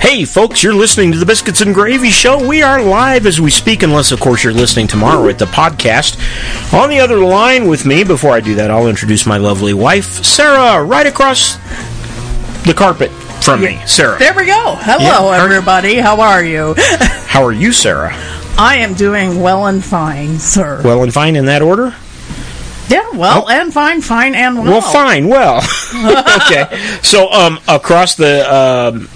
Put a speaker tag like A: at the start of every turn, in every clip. A: Hey, folks, you're listening to the Biscuits and Gravy Show. We are live as we speak, unless, of course, you're listening tomorrow at the podcast. On the other line with me, before I do that, I'll introduce my lovely wife, Sarah, right across the carpet from me. Sarah.
B: There we go. Hello,
A: Yeah, how are you?
B: everybody. How are you?
A: How are you, Sarah?
B: I am doing well and fine, sir.
A: Well and fine in that order?
B: yeah, well and fine, fine and well.
A: oh. Well, fine. Well, okay. So, um, across the um,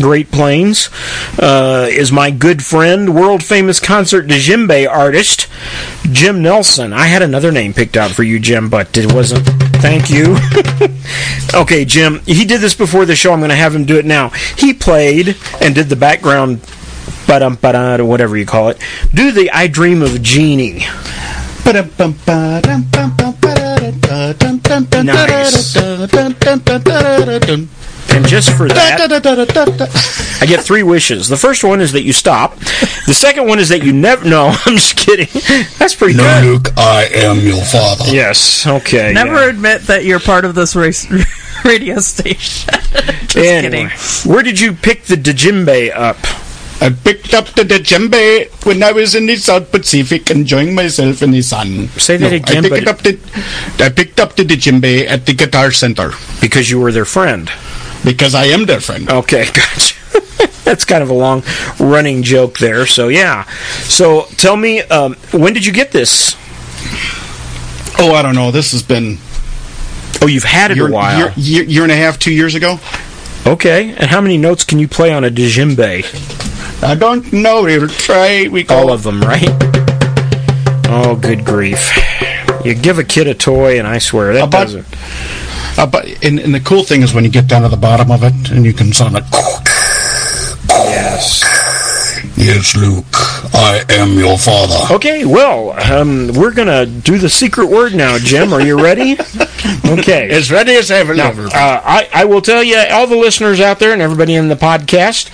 A: Great Plains uh, is my good friend, world famous concert djembe artist, Jim Nelson. I had another name picked out for you, Jim, but it wasn't. Thank you. okay, Jim. He did this before the show. I'm going to have him do it now. He played and did the background. Ba-dum, ba-dum, whatever you call it. Do the I Dream of Jeannie.
C: Nice.
A: And just for that, I get three wishes. The first one is that you stop. The second one is that you never. No, I'm just kidding. That's pretty
C: No,
A: good.
C: Luke, I am your father.
A: Yes. Okay.
B: Never
A: yeah.
B: admit that you're part of this race radio station. Just
A: Anyway,
B: kidding.
A: where did you pick the djembe up?
C: I picked up the djembe when I was in the South Pacific enjoying myself in the sun.
A: Say that
C: No,
A: again,
C: I
A: but-
C: picked, up the, I picked up the djembe at the Guitar Center
A: Because you were their friend.
C: because I am their friend.
A: Okay, gotcha. That's kind of a long running joke there. So yeah. So tell me, um, when did you get this?
C: Oh, I don't know. This has been
A: Oh, you've had it
C: year,
A: a while.
C: year, year, year and a half, two years ago.
A: Okay. And how many notes can you play on a djembe?
C: I don't know. We'll try. We go.
A: all of them, right? Oh, good grief! You give a kid a toy, and I swear that
C: About-
A: doesn't.
C: Uh, but and, and the cool thing is when you get down to the bottom of it and you can sound like,
A: Yes.
C: "Yes, Luke, I am your father."
A: Okay. Well, um, we're gonna do the secret word now, Jim. Are you ready? Okay.
C: As ready as ever.
A: Now,
C: Luke.
A: uh, I, I will tell you, all the listeners out there and everybody in the podcast,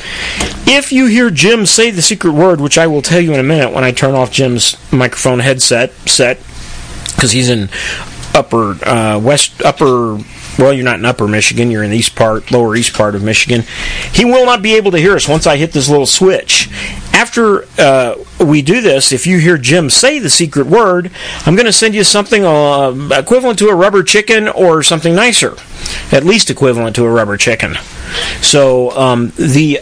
A: if you hear Jim say the secret word, which I will tell you in a minute when I turn off Jim's microphone headset set, because he's in upper uh, west upper. Well, you're not in upper Michigan. You're in the east part, lower east part of Michigan. He will not be able to hear us once I hit this little switch. After uh, we do this, if you hear Jim say the secret word, I'm going to send you something uh, equivalent to a rubber chicken or something nicer, at least equivalent to a rubber chicken. So um, the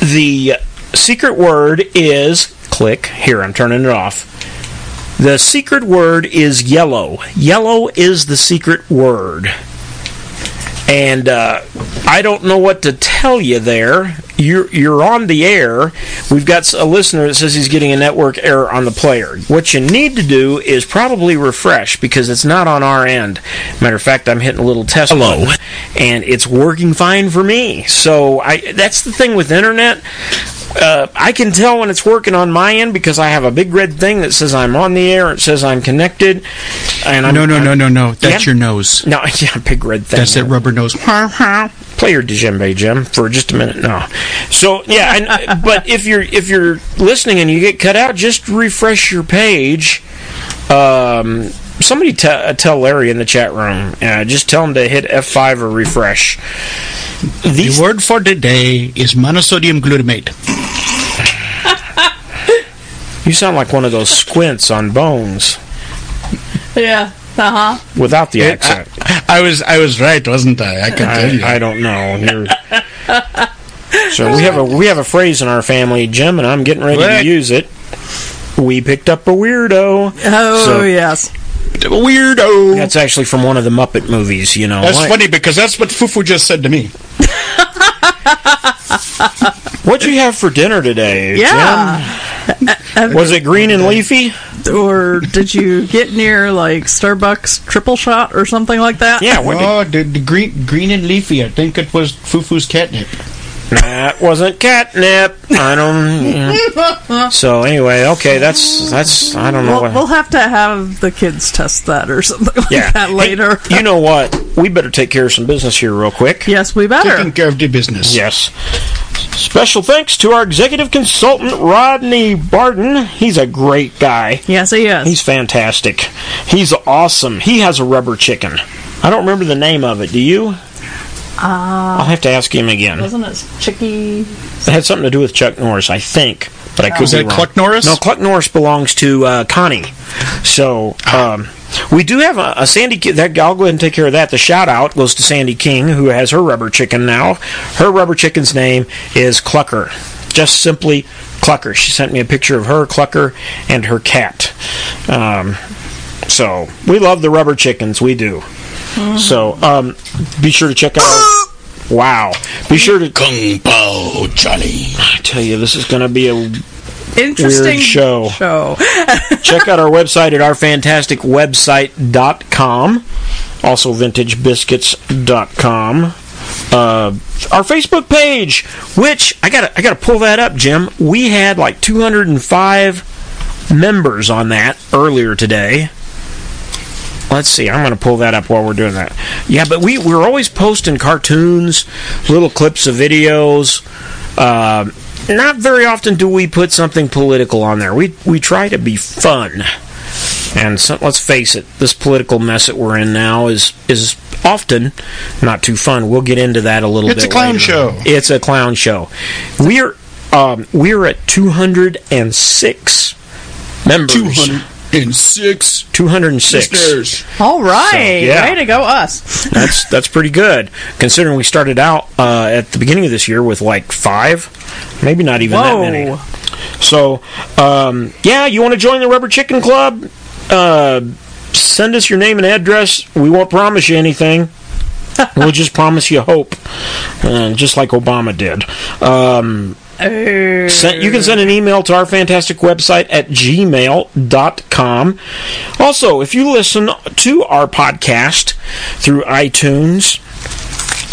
A: the secret word is click here. I'm turning it off. The secret word is yellow. Yellow is the secret word. And uh, I don't know what to tell you there. You're, you're on the air. We've got a listener that says he's getting a network error on the player. What you need to do is probably refresh because it's not on our end. Matter of fact, I'm hitting a little test. Hello. and it's working fine for me. So I, that's the thing with internet uh, I can tell when it's working on my end because I have a big red thing that says I'm on the air. It says I'm connected, and I'm
C: no, no,
A: I'm-
C: no, no, no. That's
A: Yeah.
C: your nose.
A: No, yeah, big red thing.
C: That's that rubber nose.
A: Play your djembe, Jim, for just a minute now. So yeah, and, uh, but if you're if you're listening and you get cut out, just refresh your page. Um, somebody te- uh, tell Larry in the chat room. Uh, just tell him to hit F5 or refresh.
C: The
A: These
C: word for today is monosodium glutamate.
A: you sound like one of those squints on Bones
B: Yeah. Uh huh.
A: without the accent.
C: I, I was, I was right, wasn't I? I can tell you.
A: I, I don't know. You're- so we have a we have a phrase in our family, Jim, and I'm getting ready
C: What?
A: to use it. We picked up a weirdo.
B: Oh
A: So-
B: yes.
C: Weirdo. That's,
A: That's actually from one of the Muppet movies. You know, Why-
C: funny because that's what Fufu just said to me.
A: What'd you have for dinner today?
B: Yeah.
A: Jim? Was it green and leafy?
B: Or did you get near like Starbucks triple shot or something like that?
A: Yeah. What did,
C: Oh, the, the green, green and leafy. I think it was Fufu's catnip.
A: that wasn't catnip. I don't. yeah. So anyway, okay, that's that's I don't know.
B: We'll,
A: what,
B: we'll have to have the kids test that or something like
A: yeah,
B: that
A: Hey,
B: later.
A: you know what? We better take care of some business here real quick.
B: yes, we
C: Taking
B: better.
C: care of the business.
A: Yes. Special thanks to our executive consultant, Rodney Barton. He's a great guy.
B: Yes, he is.
A: He's fantastic. He's awesome. He has a rubber chicken. I don't remember the name of it. Do you? I'll have to ask him again.
B: Wasn't it Chicky?
A: It had something to do with Chuck Norris, I think, but I could
C: Was
A: be
C: that
A: wrong.
C: Oh. Cluck Norris?
A: No, Cluck Norris belongs to uh, Connie. So
C: Ah.
A: um, we do have a, a Sandy. Ki- That I'll go ahead and take care of that. The shout out goes to Sandy King, who has her rubber chicken now. Her rubber chicken's name is Clucker, just simply Clucker. She sent me a picture of her Clucker and her cat. Um, so we love the rubber chickens. We do.
C: Mm-hmm.
A: So um, be sure to check out. Wow. Be sure to.
C: Kung Pao Johnny.
A: I tell you, this is going to be a
B: Interesting
A: Weird show. check out our website at ourfantasticwebsite.com. Also, vintagebiscuits.com. Uh, our Facebook page, which I gotta, I gotta pull that up, Jim. We had like 205 members on that earlier today. Let's see. I'm going to pull that up while we're doing that. Yeah, but we we're always posting cartoons, little clips of videos. Um not very often do we put something political on there. We we try to be fun. And so, let's face it, this political mess that we're in now is is often not too fun. We'll get into that a little
C: It's
A: bit.
C: a clown
A: later.
C: show.
A: It's a clown show. We're um, we're at 206 members.
C: 206
A: 206.
C: listeners.
B: All right.
A: So, yeah.
B: Way to go, us.
A: That's that's pretty good considering we started out uh, at the beginning of this year with like five, maybe not even
B: Whoa.
A: that many. So, um, yeah, you want to join the Rubber Chicken Club? Uh, send us your name and address. We won't promise you anything. we'll just promise you hope, uh, just like Obama did. Um,
B: Uh,
A: Send, you can send an email to our fantastic website at gmail.com. Also, if you listen to our podcast through iTunes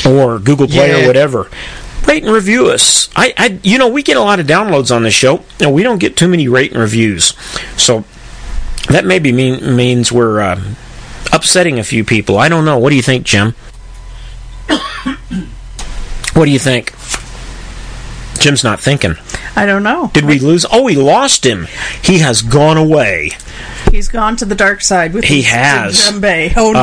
A: or Google Play or
C: Yeah.
A: whatever, rate and review us. I, I, you know, we get a lot of downloads on this show, and we don't get too many rate and reviews. So that maybe mean, means we're uh, upsetting a few people. I don't know. What do you think, Jim? what do you think? Jim's not thinking.
B: I don't know.
A: Did we lose? Oh, we lost him. He has gone away.
B: He's gone to the dark side with
A: He
B: his
A: has.
B: djembe. Oh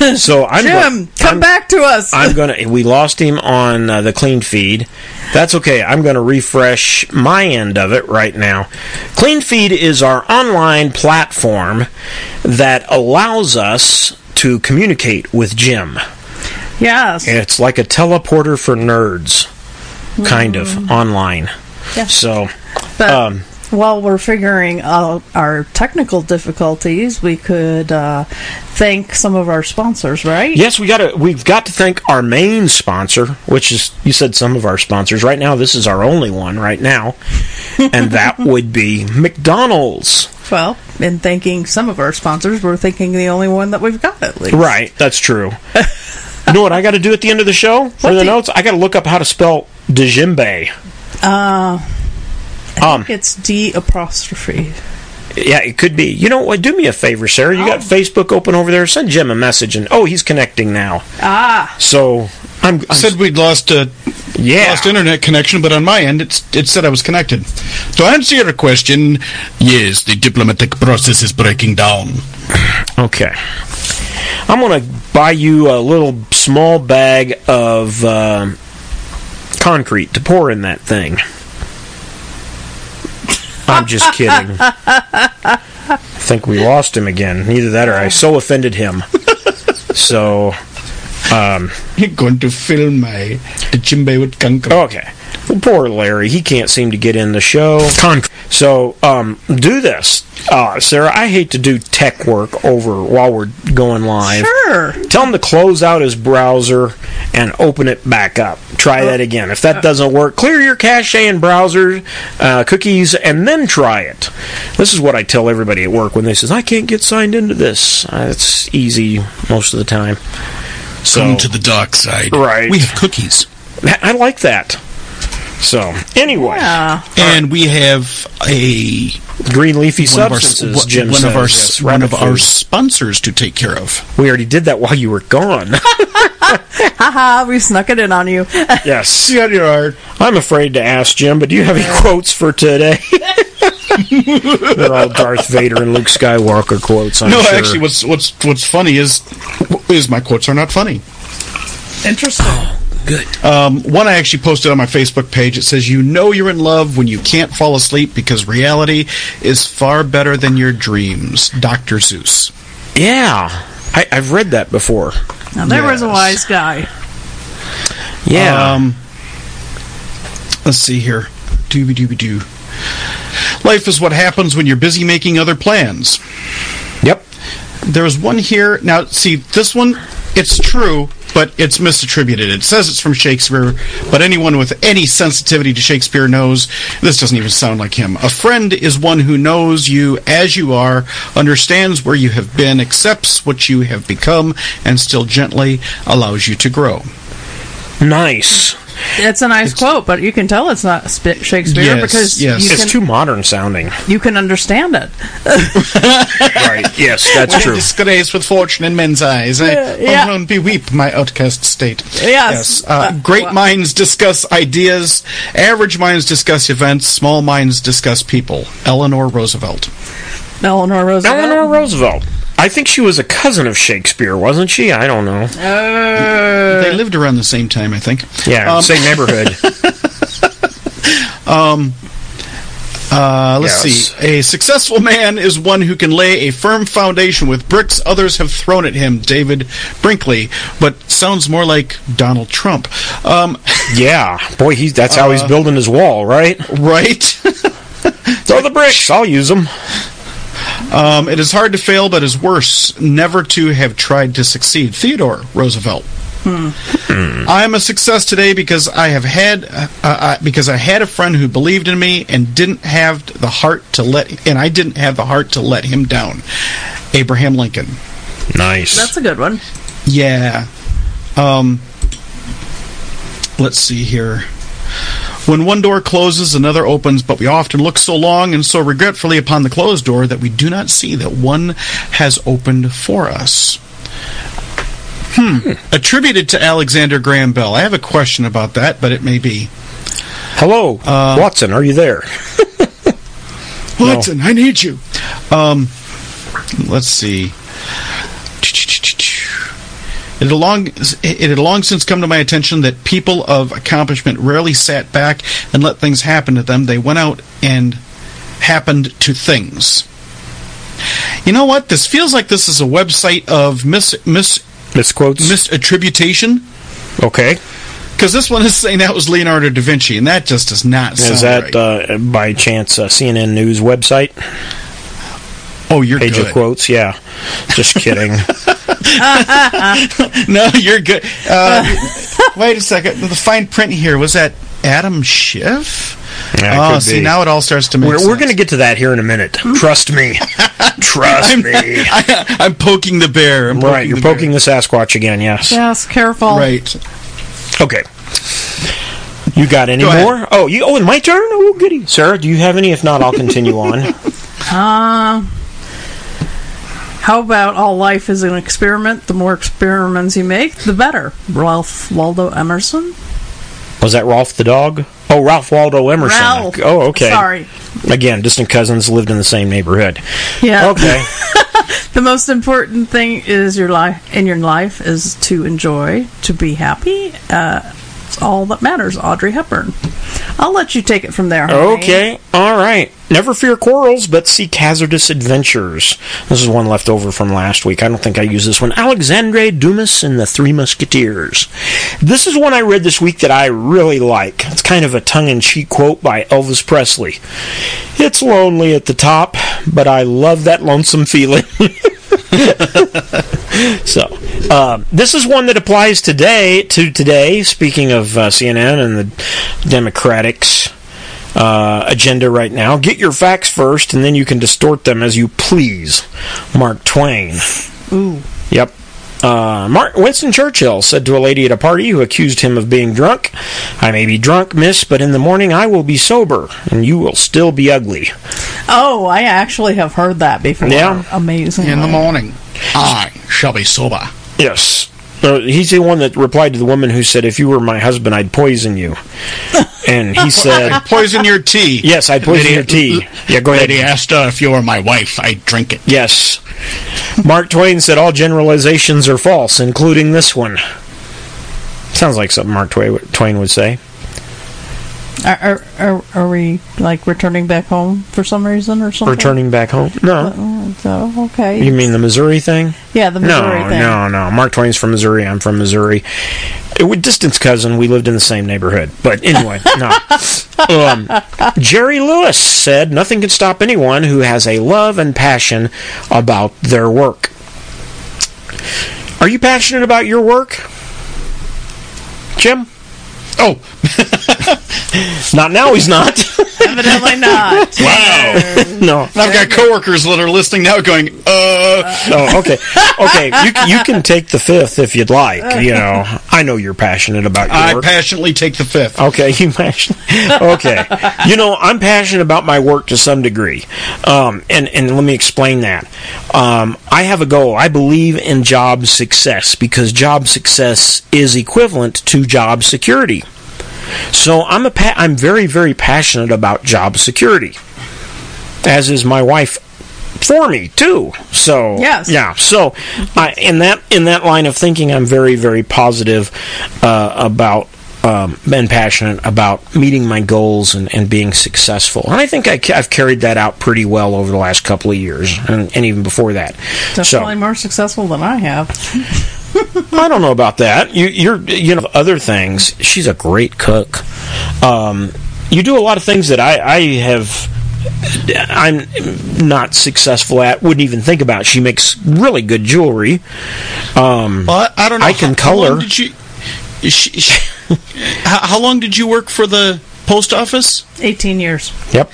B: no,
A: So I'm
B: Jim,
A: go-
B: come
A: I'm-
B: back to us.
A: I'm gonna. We lost him on uh, the clean feed. That's okay. I'm gonna refresh my end of it right now. Clean feed is our online platform that allows us to communicate with Jim.
B: yes.
A: It's like a teleporter for nerds, kind of online.
B: Hmm. Yeah.
A: So
B: But
A: Um,
B: while we're figuring out our technical difficulties, we could uh, thank some of our sponsors, right?
A: Yes, we got to. We've got to thank our main sponsor, which is you said some of our sponsors. Right now, this is our only one right now, and that would be McDonald's.
B: Well, in thanking some of our sponsors, we're thanking the only one that we've got at least.
A: Right, that's true. you know what I got to do at the end of the show for
B: What
A: the
B: do you-
A: notes? I got to look up how to spell Djembe. Um,
B: It's D apostrophe.
A: yeah, it could be. You know what? Do me a favor, Sarah. You got Facebook open over there. Send Jim a message, and oh, he's connecting now. Ah, so I'm. I'm
C: Said we'd lost a
A: yeah,
C: lost internet connection, but on my end, it's, it said I was connected. To answer your question, yes, the diplomatic process is breaking down.
A: Okay. I'm going to buy you a little small bag of uh, concrete to pour in that thing. I'm just kidding. I think we lost him again. Either that or I so offended him. So,
C: You're going to fill my djembe with kangaroo.
A: okay. Well, poor Larry. He can't seem to get in the show. So um, do this, uh, Sarah. I hate to do tech work over while we're going live.
B: Sure.
A: Tell him to close out his browser and open it back up. Try that again. If that doesn't work, clear your cache and browser uh, cookies and then try it. This is what I tell everybody at work when they says I can't get signed into this. Uh, it's easy most of the time. Oh, So
C: the dark side.
A: Right.
C: We have cookies.
A: I like that. So anyway,
B: Yeah.
C: And we have a
A: green leafy
C: one of our,
A: substances.
C: one-
A: Jim
C: one of
A: says.
C: our
A: Yes,
C: one of
A: rabbit
C: our
A: food.
C: sponsors to take care of.
A: We already did that while you were gone.
B: Haha, we snuck it in on you.
A: yes.
C: got your art.
A: I'm afraid to ask Jim, but do you have any quotes for today? They're all Darth Vader and Luke Skywalker quotes. I'm
C: No,
A: sure.
C: actually, what's what's what's funny is is my quotes are not funny.
B: Interesting.
A: Good.
C: Um, one I actually posted on my Facebook page. It says, "You know you're in love when you can't fall asleep because reality is far better than your dreams." Doctor Zeus.
A: Yeah. I, I've read that before.
B: Now, there was a
C: Yes.
B: wise guy.
A: Yeah.
C: Um, let's see here. Dooby dooby doo. Life is what happens when you're busy making other plans.
A: yep.
C: There's one here. Now, see, this one, it's true, but it's misattributed. It says it's from Shakespeare, but anyone with any sensitivity to Shakespeare knows this doesn't even sound like him. A friend is one who knows you as you are, understands where you have been, accepts what you have become, and still gently allows you to grow.
A: Nice.
B: It's a nice quote, but you can tell it's not Sp- Shakespeare
C: Yes,
B: because
C: yes.
B: you
A: It's
B: can
A: too modern sounding.
B: you can understand it.
A: Right. Yes, that's true.
C: Disgrace with fortune in men's eyes. eh? I
B: Yeah, yeah.
C: alone beweep my outcast state.
B: Yes.
C: Uh, great minds discuss ideas. Average minds discuss events. Small minds discuss people. Eleanor Roosevelt.
B: Eleanor Roosevelt.
A: Eleanor Roosevelt. I think she was a cousin of Shakespeare, wasn't she? I don't know.
B: Uh,
C: they lived around the same time, I think.
A: Yeah,
C: Um,
A: same neighborhood.
C: Uh, let's
A: Yes.
C: see. A successful man is one who can lay a firm foundation with bricks others have thrown at him. David Brinkley, but sounds more like Donald Trump. Um,
A: yeah, boy, he's that's how
C: Uh,
A: he's building his wall, right?
C: right.
A: Throw the bricks. I'll use them.
C: Um, it is hard to fail, but is worse never to have tried to succeed. Theodore Roosevelt. I am a success today because I have had uh, uh, because I had a friend who believed in me and didn't have the heart to let and I didn't have the heart to let him down. Abraham Lincoln.
A: Nice.
B: that's a good one.
C: Yeah. Um, let's see here. When one door closes, another opens, but we often look so long and so regretfully upon the closed door that we do not see that one has opened for us. Hmm. Attributed to Alexander Graham Bell. I have a question about that, but it may be.
A: Hello,
C: Uh,
A: Watson. Are you there?
C: Watson, I need you. Um, let's see. It had, long, it had long since come to my attention that people of accomplishment rarely sat back and let things happen to them. They went out and happened to things. You know what? This feels like this is a website of mis, mis,
A: Misquotes.
C: misattribution.
A: okay.
C: Because this one is saying that was Leonardo da Vinci, and that just does not sound
A: Is that
C: right.
A: uh, by chance uh, CNN News website
C: oh, you're
A: page
C: good.
A: of quotes? Yeah. Just kidding.
C: No, you're good. Uh, wait a second. The fine print here was that Adam Schiff.
A: Yeah, it
C: oh,
A: could
C: see
A: be.
C: now it all starts to make
A: we're
C: sense.
A: we're going to get to that here in a minute. Trust me. Trust me.
C: I, I'm poking the bear. I'm
A: Right, you're
C: the bear.
A: poking the Sasquatch again. Yes.
B: Yes, careful.
C: Right.
A: Okay. You got any
C: Go ahead.
A: more? Oh, you. Oh, and my turn. Oh, goody, Sarah. Do you have any? If not, I'll continue on.
B: How about all life is an experiment? The more experiments you make, the better. Ralph Waldo Emerson.
A: Was that Ralph the dog? Oh, Ralph Waldo Emerson.
B: Ralph.
A: Oh, okay.
B: Sorry.
A: Again, distant cousins lived in the same neighborhood.
B: Yeah.
A: Okay.
B: The most important thing is your life in your life is to enjoy, to be happy. Uh, it's all that matters. Audrey Hepburn. I'll let you take it from there. honey.
A: Okay, all right. Never fear quarrels, but seek hazardous adventures. This is one left over from last week. I don't think I used this one. Alexandre Dumas and the Three Musketeers. This is one I read this week that I really like. It's kind of a tongue in cheek quote by Elvis Presley. It's lonely at the top, but I love that lonesome feeling. So, um, this is one that applies today to today. Speaking of uh, CNN and the Democrats' uh, agenda right now, get your facts first, and then you can distort them as you please. Mark Twain.
B: Ooh.
A: Yep. Uh, Mark Winston Churchill said to a lady at a party who accused him of being drunk, "I may be drunk, miss, but in the morning I will be sober, and you will still be ugly."
B: Oh, I actually have heard that before.
A: Yeah.
B: Amazing.
C: In the morning, I shall be sober.
A: Yes. Uh, he's the one that replied to the woman who said, "If you were my husband, I'd poison you." And he said,
C: Poison your tea.
A: "Yes, I'd poison
C: Lady-
A: your tea." Yeah, go
C: Lady
A: ahead.
C: Astor, if you were my wife, I'd drink it.
A: Yes. Mark Twain said all generalizations are false, including this one. Sounds like something Mark Twa- Twain would say.
B: Are, are, are, are we like returning back home for some reason or something?
A: Returning back home? No.
B: Oh, so, okay.
A: You mean the Missouri thing?
B: yeah, the Missouri
A: no,
B: thing.
A: no, no. Mark Twain's from Missouri. I'm from Missouri. It was distant cousin. We lived in the same neighborhood. But anyway, no. Um, Jerry Lewis said nothing can stop anyone who has a love and passion about their work. Are you passionate about your work, Jim?
C: Oh,
A: Not now. He's not.
B: Evidently not.
C: wow.
A: no.
C: I've got coworkers that are listening now going, uh,
A: Oh, okay, okay. You c- you can take the fifth if you'd like. You know, I know you're passionate about your
C: I
A: work.
C: passionately take the fifth.
A: Okay, you passionate. Okay, you know I'm passionate about my work to some degree, um, and and let me explain that. Um, I have a goal. I believe in job success because job success is equivalent to job security. So I'm a pa- I'm very very passionate about job security, as is my wife for me too. So
B: Yes.
A: yeah. So I, in that in that line of thinking, I'm very very positive uh, about. Um, and passionate about meeting my goals and, and being successful. And I think I, ca- I've carried that out pretty well over the last couple of years and, and even before that. so,
B: Definitely more successful than I have.
A: I don't know about that. You, you're, you know, other things. She's a great cook. Um, you do a lot of things that I, I have. I'm not successful at. Wouldn't even think about. She makes really good jewelry. Um,
C: Well, I I don't know.
A: I can
C: how, How
A: color.
C: long did you, sh sh how, how long did you work for the post office?
B: 18 years.
A: yep.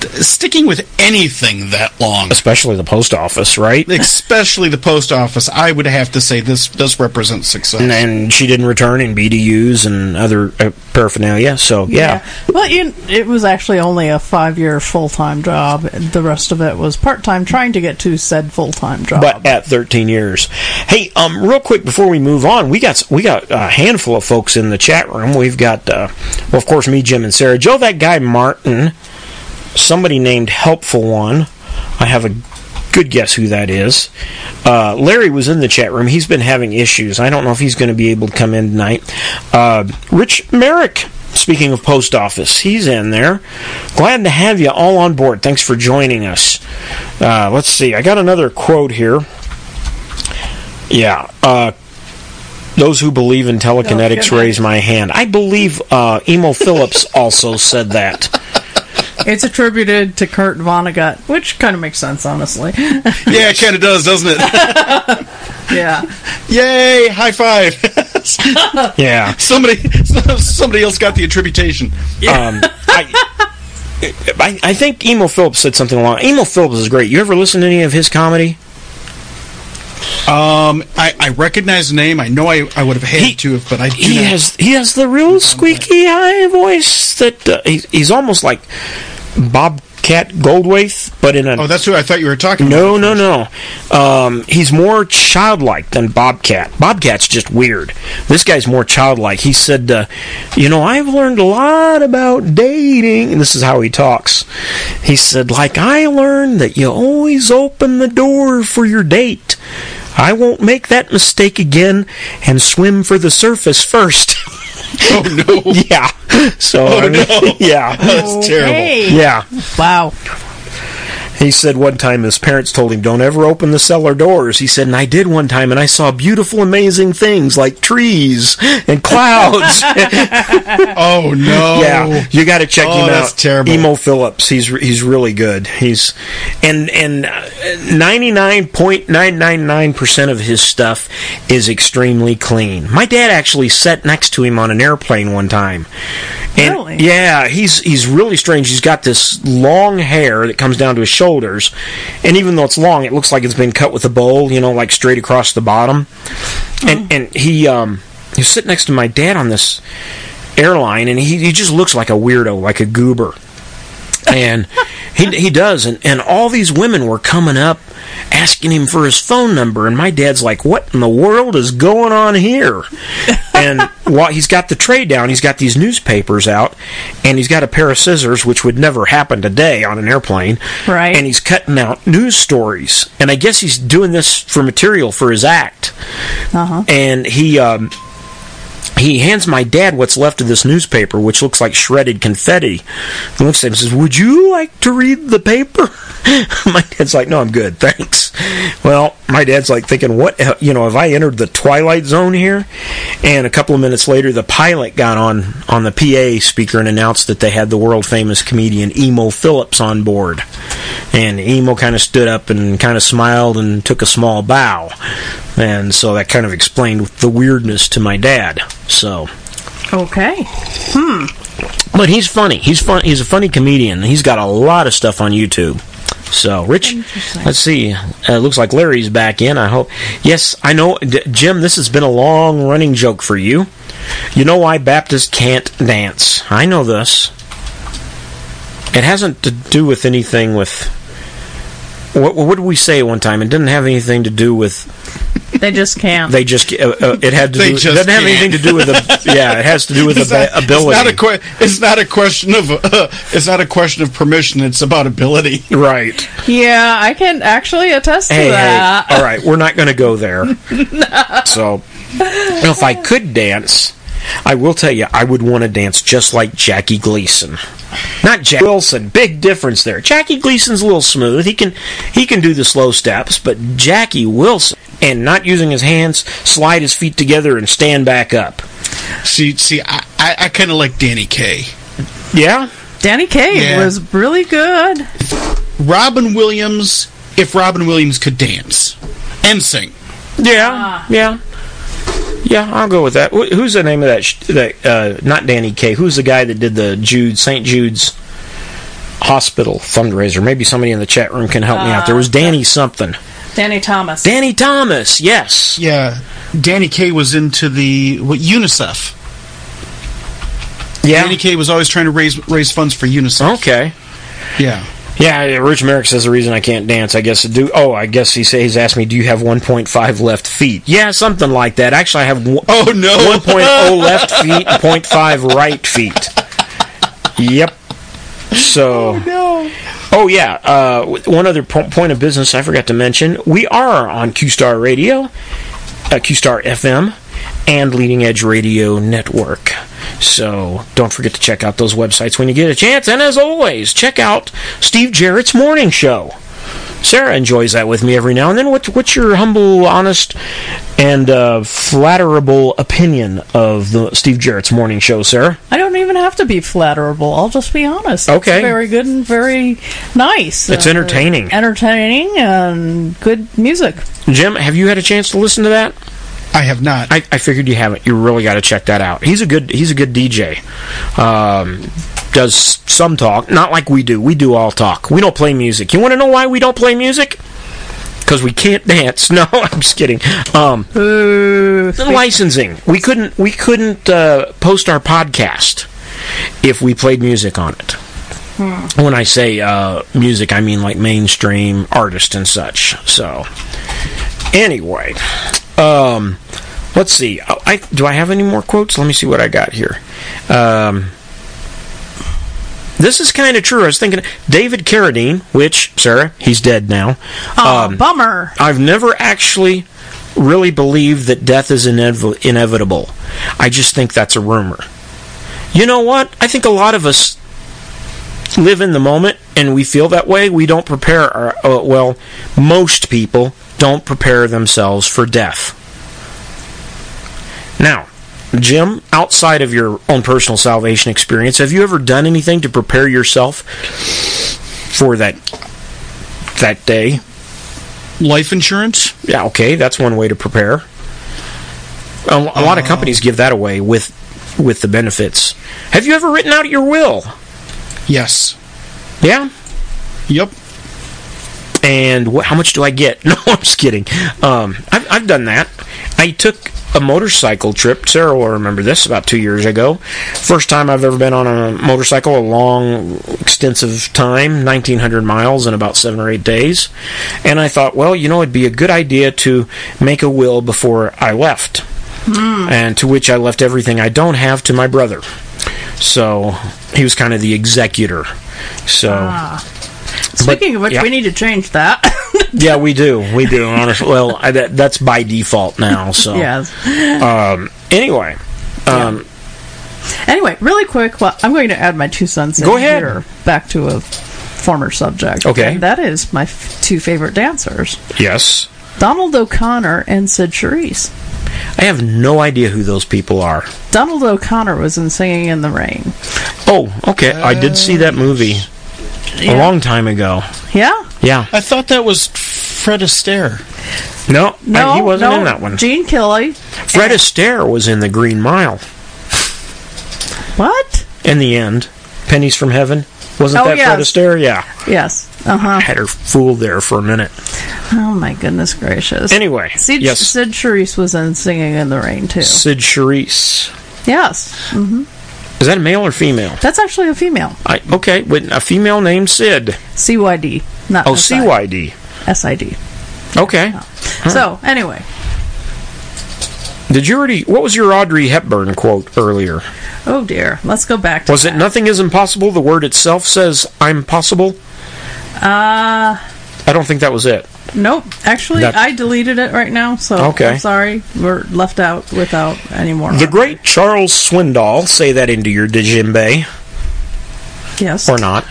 C: Sticking with anything that long,
A: Especially the post office, right?
C: especially the post office, I would have to say this this represents success.
A: And, and she didn't return in BDUs and other uh, paraphernalia. So yeah.
B: Well, you, it was actually only a five year full time job. The rest of it was part time trying to get to said full time job.
A: but at 13 years. Hey, um, real quick before we move on, we got we got a handful of folks in the chat room. We've got, uh, well, of course, me, Jim, and Sarah. Joe, that guy Martin, somebody named Helpful One. I have a good guess who that is. Uh, Larry was in the chat room. He's been having issues. I don't know if he's going to be able to come in tonight. Uh, Rich Merrick. Speaking of post office, he's in there. Glad to have you all on board. Thanks for joining us. Uh, let's see. I got another quote here. Yeah. Uh, those who believe in telekinetics
B: Telekinetic.
A: raise my hand. I believe uh, Emo Phillips also said that.
B: it's attributed to Kurt Vonnegut, which kind of makes sense, honestly.
C: Yeah, it kind of does, doesn't it?
B: yeah.
C: Yay! High five!
A: Yeah.
C: somebody, somebody else got the attribution.
A: Um, I, I, I think Emo Phillips said something along. Emo Phillips is great. You ever listen to any of his comedy?
C: Um, I, I recognize the name. I know I, I would have had
A: He-
C: to, have, but I do
A: He
C: not.
A: has he has the real squeaky high voice that uh, he, he's almost like Bobcat Goldthwait, but in a
C: oh, that's who I thought you were talking
A: No,
C: about.
A: no, no. Um, he's more childlike than Bobcat. Bobcat's just weird. This guy's more childlike. He said, uh, You know, I've learned a lot about dating. And this is how he talks. He said, Like, I learned that you always open the door for your date. I won't make that mistake again and swim for the surface first.
C: no, no. Oh no!
A: yeah. So, I mean,
C: no. Oh,
A: yeah.
C: That's terrible.
B: Okay.
A: Yeah.
B: Wow.
A: He said one time his parents told him, Don't ever open the cellar doors. He said, And I did one time, and I saw beautiful, amazing things like trees and clouds.
C: Oh no!
A: yeah, you got to check
C: Oh,
A: him out.
C: that's terrible.
A: Emo Phillips, he's he's really good. He's and and ninety nine point nine nine nine percent of his stuff is extremely clean. My dad actually sat next to him on an airplane one time. And
B: Really?
A: Yeah, he's he's really strange. He's got this long hair that comes down to his shoulders, and even though it's long, it looks like it's been cut with a bowl. You know, like straight across the bottom. And and he um he was sitting next to my dad on this airline, and he, he just looks like a weirdo, like a goober. And he, he does. And, and all these women were coming up asking him for his phone number. And my dad's like, What in the world is going on here? And while he's got the tray down, he's got these newspapers out, and he's got a pair of scissors, which would never happen today on an airplane.
B: Right.
A: And he's cutting out news stories. And I guess he's doing this for material for his act.
B: Uh huh.
A: And he. Um, he hands my dad what's left of this newspaper, which looks like shredded confetti. He looks at him and says, Would you like to read the paper? my dad's like, No, I'm good, thanks. Well, my dad's like thinking, What, uh, you know, have I entered the twilight zone here? And a couple of minutes later, the pilot got on, on the PA speaker and announced that they had the world famous comedian Emo Phillips on board. And Emo kind of stood up and kind of smiled and took a small bow. And so that kind of explained the weirdness to my dad. So,
B: Okay.
A: but he's funny. He's fun. He's a funny comedian. He's got a lot of stuff on YouTube. So, Rich, let's see. Uh, looks like Larry's back in. I hope. Yes, I know, D- Jim. This has been a long running joke for you. You know why Baptists can't dance? I know this. It hasn't to do with anything with. What, what did we say one time? It didn't have anything to do with
B: They just can't.
A: they just uh, uh, it had to
C: They
A: do, it
C: just
A: doesn't have
C: can't.
A: anything to do with the yeah it has to do with
C: It's
A: the
C: not,
A: ability
C: It's not a que- it's not a question of uh, it's not a question of permission. It's about ability.
A: right
B: yeah, I can actually attest to
A: hey,
B: that.
A: hey all right we're not going to go there so if I could dance I will tell you I would want to dance just like Jackie Gleason not Jack Wilson big difference there Jackie Gleason's a little smooth he can he can do the slow steps but Jackie Wilson and not using his hands slide his feet together and stand back up
C: See, see, I, I, I kind of like Danny Kaye.
A: yeah
B: Danny Kaye
C: Yeah.
B: was really good.
C: Robin Williams, if Robin Williams could dance and sing,
A: Yeah, yeah, yeah. I'll go with that. Wh- Who's the name of that? Sh- that uh, not Danny Kaye. Who's the guy that did the Jude St. Jude's Hospital fundraiser? Maybe somebody in the chat room can help me out. There was Danny something.
B: Danny Thomas.
A: Danny Thomas. Yes.
C: yeah, Danny Kaye was into the what UNICEF.
A: Yeah.
C: Danny Kaye was always trying to raise raise funds for UNICEF.
A: Okay.
C: Yeah,
A: Yeah, yeah, Rich Merrick says the reason I can't dance, I guess, do. Oh, I guess he says he's asked me, do you have 1.5 left feet? Yeah, something like that. Actually, I have one,
C: Oh, no.
A: 1.0 left feet, 0.5 right feet. Yep. So. Oh, no. Oh, yeah. Uh, w- one other po- point of business I forgot to mention. We are on QStar Radio, uh, QStar FM, and Leading Edge Radio Network. So don't forget to check out those websites when you get a chance. And as always, check out Steve Jarrett's morning show. Sarah enjoys that with me every now and then. What, what's your humble, honest, and uh, flatterable opinion of the Steve Jarrett's morning show, Sarah?
B: I don't even have to be flatterable. I'll just be honest.
A: Okay.
B: It's very good and very nice.
A: It's entertaining.
B: uh, Entertaining and good music.
A: Jim, have you had a chance to listen to that?
C: I have not.
A: I, I figured you haven't. You really got to check that out. He's a good he's a good DJ. Um, does some talk, not like we do. We do all talk. We don't play music. You want to know why we don't play music? Because we can't dance. No, I'm just kidding. Um,
B: Ooh.
A: the licensing. We couldn't we couldn't uh, post our podcast if we played music on it. When I say uh, music, I mean like mainstream artists and such. So, anyway, um, let's see. Oh, I, I- do I have any more quotes? Let me see what I got here. Um, this is kind of true. I was thinking David Carradine, which Sarah, he's dead now. Uh,
B: Aw,
A: Um,
B: bummer.
A: I've never actually really believed that death is inev- inevitable. I just think that's a rumor. You know what? I think a lot of us live in the moment and we feel that way. We don't prepare our uh, well, most people don't prepare themselves for death. Now, Jim, outside of your own personal salvation experience, have you ever done anything to prepare yourself for that that day?
C: Life insurance.
A: Yeah, okay, that's one way to prepare. A, a lot of companies give that away with with the benefits. Have you ever written out your will?
C: Yes.
A: Yeah.
C: Yep.
A: And wh- how much do I get? No, I'm just kidding. Um, I've, I've done that. I took a motorcycle trip. Sarah will remember this about two years ago. First time I've ever been on a motorcycle, a long, extensive time, 1,900 miles in about seven or eight days. And I thought, well, you know, it'd be a good idea to make a will before I left. And to which I left everything I don't have to my brother. So he was kind of the executor. So.
B: Speaking of which,
A: yeah.
B: we need to change that.
A: Yeah, we do. We do. Oh. Honestly, well, I, that, that's by default now. So,
B: yes.
A: um, anyway, Um,
B: Anyway, really quick, well, I'm going to add my two cents in
A: Go ahead.
B: here back to a former subject.
A: Okay.
B: And that is my f- two favorite dancers
A: Yes.
B: Donald O'Connor and Sid Charisse.
A: I have no idea who those people are.
B: Donald O'Connor was in Singing in the Rain.
A: Oh, okay. I did see that movie a long time ago.
B: Yeah?
A: Yeah.
C: I thought that was Fred Astaire.
A: No,
B: No,
A: I- he wasn't
B: no,
A: in that one.
B: Gene Kelly.
A: Fred Astaire was in The Green Mile
B: What?
A: in the end. Pennies from Heaven. Wasn't
B: Oh,
A: that Fred
B: yes.
A: Astaire? Yeah.
B: Yes. Uh huh.
A: I had her fooled there for a minute.
B: Oh my goodness gracious.
A: Anyway,
B: Sid,
A: yes.
B: Sid Charisse was in Singing in the Rain too.
A: Sid Charisse.
B: Yes,
A: Is that a male or female?
B: that's actually a female.
A: I, okay, with a female named Sid.
B: CYD, not
A: Oh,
B: SI.
A: CYD.
B: SID.
A: Okay.
B: So anyway,
A: Did you already? What was your Audrey Hepburn quote earlier?
B: oh dear, let's go back. to
A: Was it
B: that.
A: nothing is impossible? The word itself says I'm possible.
B: Uh,
A: I don't think that was it.
B: nope. Actually,
A: That-
B: I deleted it right now. So
A: Okay.
B: I'm sorry, we're left out without any more.
A: The great Charles Swindoll. Say that into your djembe
B: yes,
A: or not.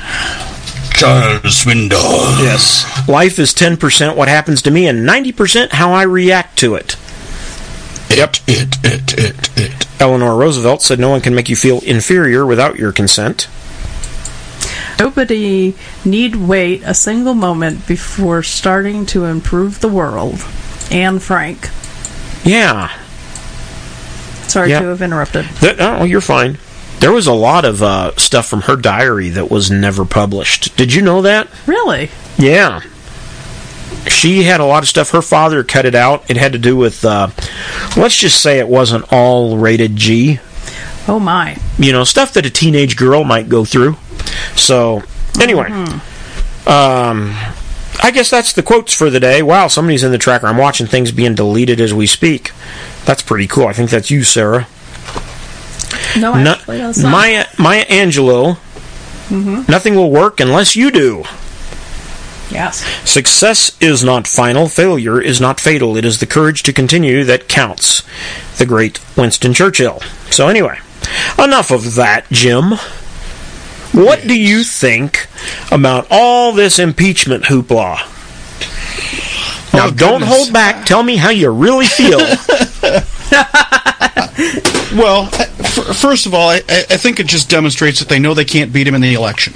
C: Charles Swindoll.
A: Yes. Life is 10% what happens to me and 90% how I react to it.
C: Yep. It, it, it, it.
A: Eleanor Roosevelt said no one can make you feel inferior without your consent.
B: nobody need wait a single moment before starting to improve the world. Anne Frank.
A: Yeah.
B: Sorry
A: Yeah.
B: to have interrupted.
A: That, oh, you're fine. There was a lot of uh, stuff from her diary that was never published. Did you know that?
B: Really?
A: Yeah. She had a lot of stuff. Her father cut it out. It had to do with, uh, let's just say it wasn't all rated G.
B: Oh my.
A: You know, stuff that a teenage girl might go through. So, anyway. Um, I guess that's the quotes for the day. Wow, somebody's in the tracker. I'm watching things being deleted as we speak. That's pretty cool. I think that's you, Sarah.
B: No,
A: No-
B: actually, that's not.
A: Maya Maya Angelou. Nothing will work unless you do.
B: yes.
A: Success is not final. Failure is not fatal. It is the courage to continue that counts. The great Winston Churchill. So anyway, enough of that, Jim. What do you think about all this impeachment hoopla? Now,
C: Oh,
A: don't
C: goodness.
A: hold back. Tell me how you really feel.
C: Well, I- f- first of all, I, I I think it just demonstrates that they know they can't beat him in the election.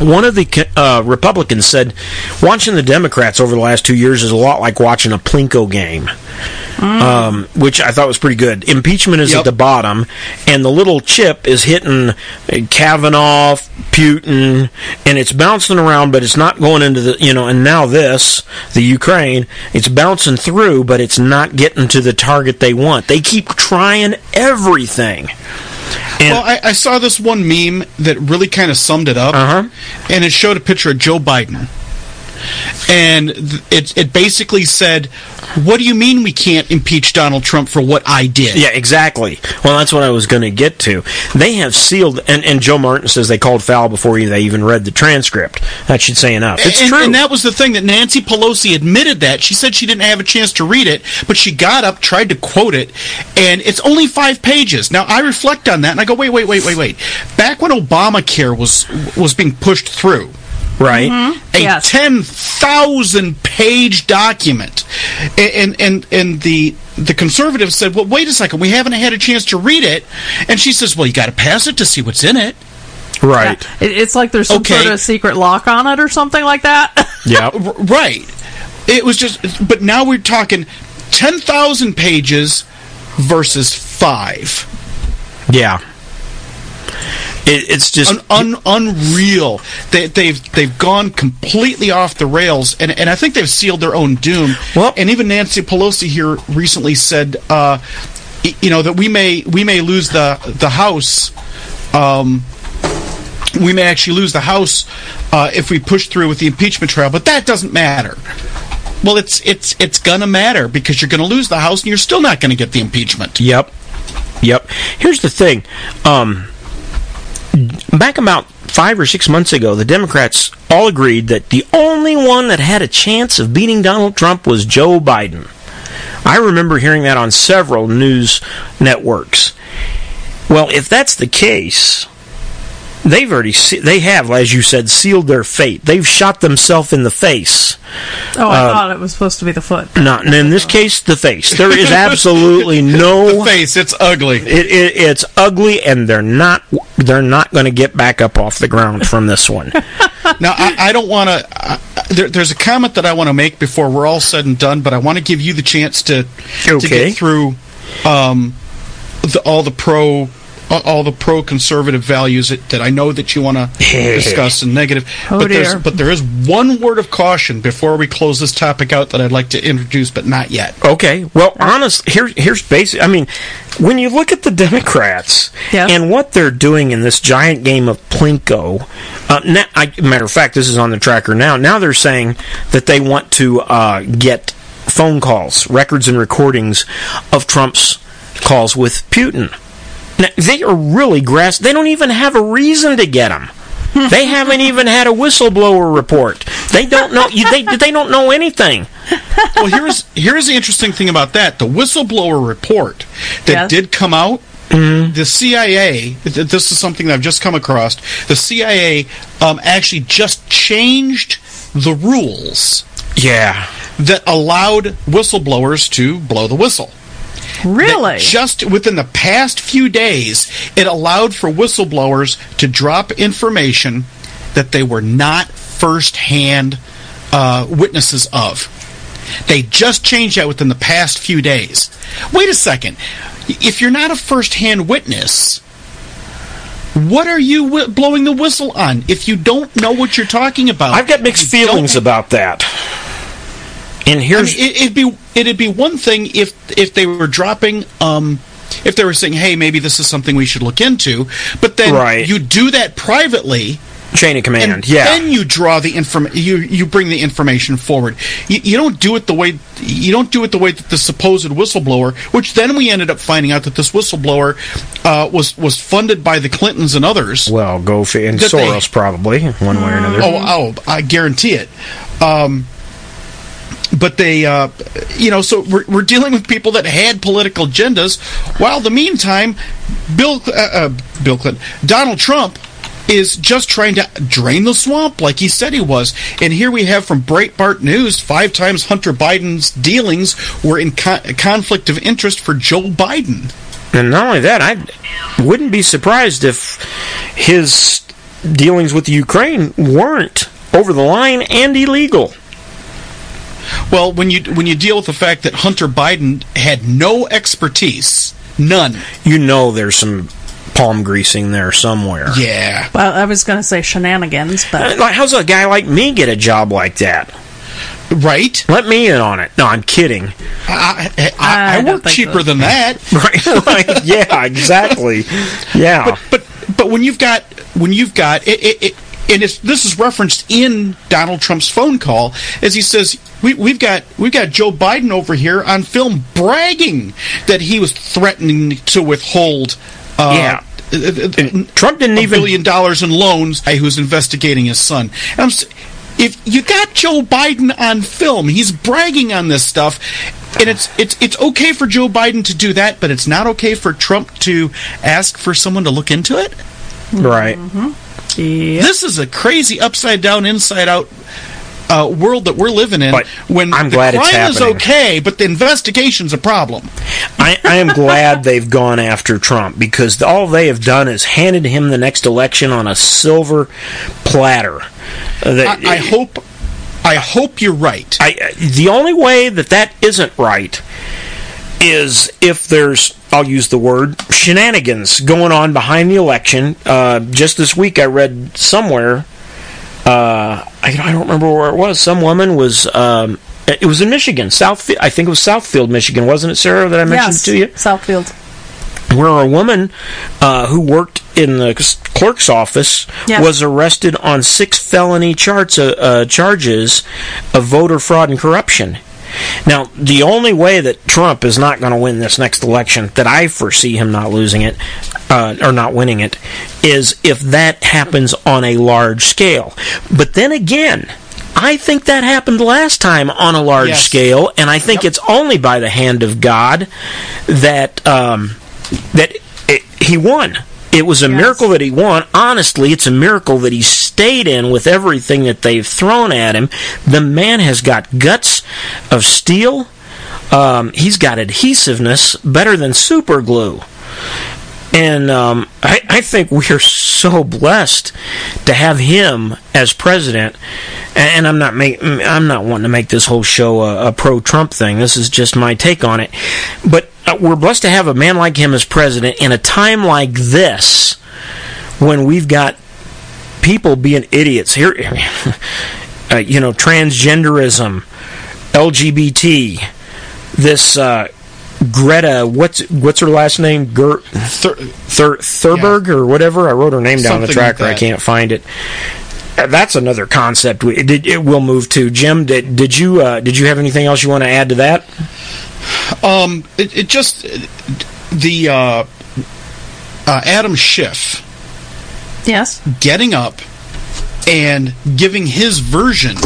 A: One of the uh, Republicans said, "Watching the Democrats over the last two years is a lot like watching a plinko game," um, which I thought was pretty good. Impeachment is
C: Mm. Yep.
A: at the bottom, and the little chip is hitting uh, Kavanaugh, Putin, and it's bouncing around, but it's not going into the you know. And now this, the Ukraine, it's bouncing through, but it's not getting to the target they want. They keep trying everything. And-
C: Well, I, I saw this one meme that really kind of summed it up,
A: Uh-huh.
C: and it showed a picture of Joe Biden, and th- it it basically said, "What do you mean we can't impeach Donald Trump for what I did?"
A: Yeah, exactly. Well, that's what I was going to get to. They have sealed, and, and Joe Martin says they called foul before they even read the transcript. That should say enough. It's
C: and,
A: true.
C: and that was the thing that Nancy Pelosi admitted that she said she didn't have a chance to read it, but she got up, tried to quote it, and it's only five pages. Now I reflect on that and I go, wait, wait, wait, wait, wait. Back when Obamacare was was being pushed through,
A: right.
C: a
B: Yes.
C: ten thousand page document, A- and and and the the conservatives said, well, wait a second, we haven't had a chance to read it, and she says, well, you got to pass it to see what's in it.
A: Right.
B: It, it's like there's some
C: Okay.
B: sort of secret lock on it or something like that.
A: Yeah.
C: R- right. It was just, but now we're talking 10,000 pages versus five.
A: Yeah. It, it's just.
C: Un- un- unreal. They, they've they've gone completely off the rails, and and I think they've sealed their own doom.
A: Well-
C: and even Nancy Pelosi here recently said, uh, y- you know, that we may we may lose the the House. Um, we may actually lose the House uh, if we push through with the impeachment trial, but that doesn't matter. Well, it's it's it's gonna matter because you're gonna lose the House and you're still not gonna get the impeachment.
A: Yep. Yep. Here's the thing. Um, back about five or six months ago, the Democrats all agreed that the only one that had a chance of beating Donald Trump was Joe Biden. I remember hearing that on several news networks. Well, if that's the case, they've already se- they have, as you said, sealed their fate. They've shot themselves in the face.
B: Oh,
A: Um,
B: I thought it was supposed to be the foot.
A: Not and in this case, the face. There is absolutely no.
C: The face, it's ugly.
A: It, it, it's ugly, and they're not they're not going to get back up off the ground from this one.
C: Now, I, I don't want to. There, there's a comment that I want to make before we're all said and done, but I want to give you the chance to to
A: Okay.
C: get through um, the, all the pro all the pro conservative values that, that I know that you want to discuss and negative.
B: Oh,
C: but there's
B: dear.
C: but there is one word of caution before we close this topic out that I'd like to introduce, but not yet.
A: Okay. Well, honest, here's here's basic. I mean, when you look at the Democrats
B: Yeah.
A: and what they're doing in this giant game of plinko, uh, na I, matter of fact, this is on the tracker now. Now they're saying that they want to uh, get phone calls, records, and recordings of Trump's calls with Putin. Now, they are really grass. They don't even have a reason to get them. They haven't even had a whistleblower report. They don't know. you- They they don't know anything.
C: well, here's here's the interesting thing about that: the whistleblower report that
B: Yes.
C: did come out. The CIA. th- This is something that I've just come across. The CIA um, actually just changed the rules
A: Yeah.
C: that allowed whistleblowers to blow the whistle.
B: Really?
C: Just within the past few days, it allowed for whistleblowers to drop information that they were not firsthand uh, witnesses of. They just changed that within the past few days. Wait a second. If you're not a firsthand witness, what are you wi- blowing the whistle on if you don't know what you're talking about?
A: I've got mixed
C: you don't
A: feelings about that. And
C: I
A: here's
C: mean, it, it'd be it'd be one thing if if they were dropping um if they were saying hey maybe this is something we should look into but then
A: Right.
C: you do that privately
A: chain of
C: and
A: command. yeah,
C: then you draw the inform you you bring the information forward you, you don't do it the way you don't do it the way that the supposed whistleblower which then we ended up finding out that this whistleblower uh, was was funded by the Clintons and others
A: well, go for and
C: That they-
A: Soros probably one way or another.
C: Oh, oh, I guarantee it. Um, but they, uh, you know, so we're, we're dealing with people that had political agendas. While the meantime, Bill, uh, uh, Bill Clinton, Donald Trump is just trying to drain the swamp like he said he was. And here we have from Breitbart News five times Hunter Biden's dealings were in con- conflict of interest for Joe Biden.
A: And not only that, I wouldn't be surprised if his dealings with Ukraine weren't over the line and illegal.
C: Well, when you when you deal with the fact that Hunter Biden had no expertise, none.
A: You know, there's some palm greasing there somewhere. Uh,
C: Yeah.
B: well, I was going to say shenanigans, but
A: Like, how's a guy like me get a job like that?
C: Right?
A: Let me in on it. No, I'm kidding.
C: I, I, I,
B: Ah, I
C: I
B: don't
C: work
B: think
C: cheaper
B: so.
C: than that.
A: Right? Like, yeah, exactly. Yeah.
C: But but but when you've got when you've got it, it, it and it's, this is referenced in Donald Trump's phone call as he says we, we've got we've got Joe Biden over here on film bragging that he was threatening to withhold. Uh,
A: Yeah.
C: yeah.
A: Trump didn't
C: a
A: even-
C: billion dollars in loans. Guy who's investigating his son. And I'm, s- if you got Joe Biden on film, he's bragging on this stuff, and it's it's it's okay for Joe Biden to do that, but it's not okay for Trump to ask for someone to look into it.
A: right.
B: yeah.
C: This is a crazy upside down, inside out. Uh, world that we're living in
A: But
C: when
A: I'm
C: the
A: glad it's
C: crime is
A: happening.
C: okay but the investigation's a problem
A: I, I am glad they've gone after Trump because all they have done is handed him the next election on a silver platter. Uh, that-
C: I, I hope i hope you're right
A: I- the only way that that isn't right is if there's I'll use the word shenanigans going on behind the election. Uh, just this week, I read somewhere. Uh, I, I don't remember where it was. Some woman was. Um, it was in Michigan, South. I think it was Southfield, Michigan, wasn't it, Sarah? That I mentioned
B: yes,
A: to you
B: Southfield.
A: where a woman uh, who worked in the clerk's office
B: Yeah.
A: was arrested on six felony charts, uh, uh, charges of voter fraud and corruption. Now, the only way that Trump is not going to win this next election, that I foresee him not losing it uh, or not winning it, is if that happens on a large scale. But then again, I think that happened last time on a large
C: Yes.
A: scale, and I think
C: Yep.
A: it's only by the hand of God that um, that it, he won. It was a
B: Yes.
A: miracle that he won. Honestly, it's a miracle that he stayed in with everything that they've thrown at him. The man has got guts of steel. Um, he's got adhesiveness better than super glue. And um, I, I think we are so blessed to have him as president. And, and I'm not make, I'm not wanting to make this whole show a, a pro Trump thing. This is just my take on it. But uh, we're blessed to have a man like him as president in a time like this, when we've got people being idiots here. Uh, you know, transgenderism, LGBT, this uh, Greta. What's what's her last name? Ger-
C: Thir-
A: Thur- Thurberg or whatever. I wrote her name down on the
C: Something
A: tracker.
C: like
A: I
C: that.
A: can't find it. Uh, That's another concept. We, it, it will move to Jim. Did, did you uh, did you have anything else you want to add to that?
C: Um, it, it just the uh, uh, Adam Schiff
B: Yes.
C: getting up and giving his version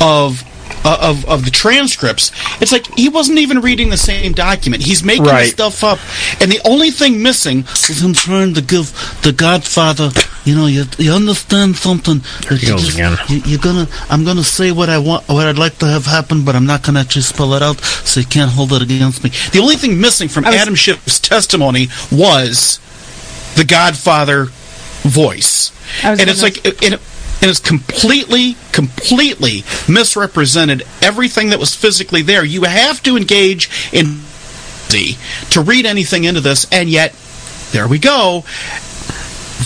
C: of. Uh, of, of the transcripts, it's like he wasn't even reading the same document. He's making this
A: Right.
C: stuff up, and the only thing missing was him trying to give the Godfather. You know, you, you understand something. There
A: he goes again.
C: You, you're gonna. I'm gonna say what I want, what I'd like to have happen, but I'm not gonna actually spell it out, so you can't hold it against me. The only thing missing from
B: I was-
C: Adam Schiff's testimony was the Godfather voice,
B: I was
C: and it's
B: gonna-
C: like it, it, and it's completely, completely misrepresented everything that was physically there. You have to engage in to read anything into this, and yet there we go.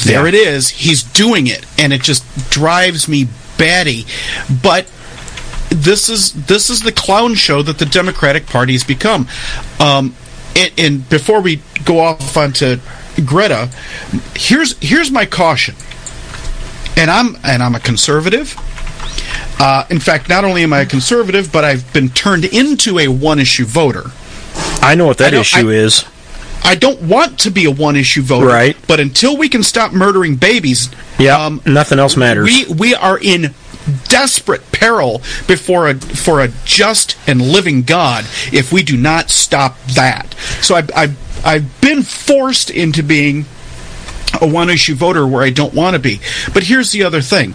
C: There
A: Yeah.
C: it is. He's doing it, and it just drives me batty. But this is this is the clown show that the Democratic Party has become. Um, and, and before we go off onto Greta, here's here's my caution. And I'm and I'm a conservative. Uh, in fact, not only am I a conservative, but I've been turned into a one-issue voter.
A: I know what that
C: I don't-
A: issue
C: I-
A: is.
C: I don't want to be a one-issue voter,
A: Right.
C: But until we can stop murdering babies,
A: Yeah, nothing else matters.
C: Um, We we are in desperate peril before a for a just and living God if we do not stop that. So I I I've been forced into being a one-issue voter where I don't want to be. But here's the other thing.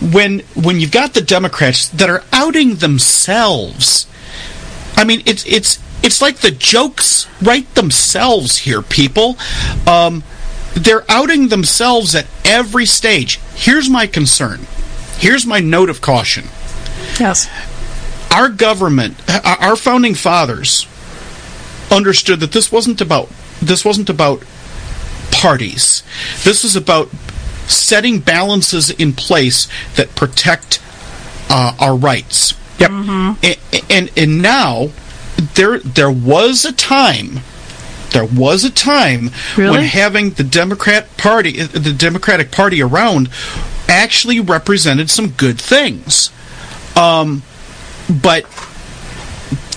C: When when you've got the Democrats that are outing themselves I mean, it's it's it's like the jokes write themselves here, people. Um, they're outing themselves at every stage. Here's my concern. Here's my note of caution.
B: Yes.
C: Our government, our our founding fathers, understood that this wasn't about this wasn't about parties. This is about setting balances in place that protect uh, our rights
A: yep.
C: and and, and now there there was a time there was a time when
B: Really?
C: having the Democrat Party uh, the Democratic Party around actually represented some good things um but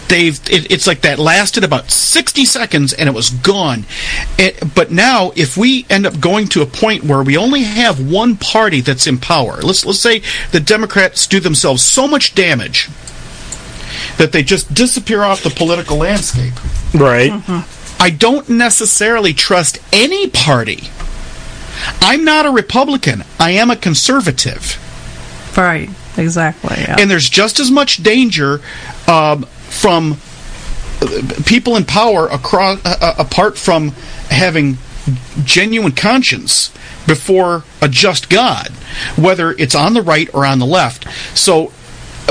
C: they've it, it's like that lasted about 60 seconds and it was gone it, but now if we end up going to a point where we only have one party that's in power let's let's say the democrats do themselves so much damage that they just disappear off the political landscape
A: Right.
C: Mm-hmm. I don't necessarily trust any party. I'm not a Republican. I am a conservative.
B: Right. Exactly. Yeah.
C: And there's just as much danger um, from uh, people in power across, uh, uh, apart from having genuine conscience before a just God, whether it's on the right or on the left. So,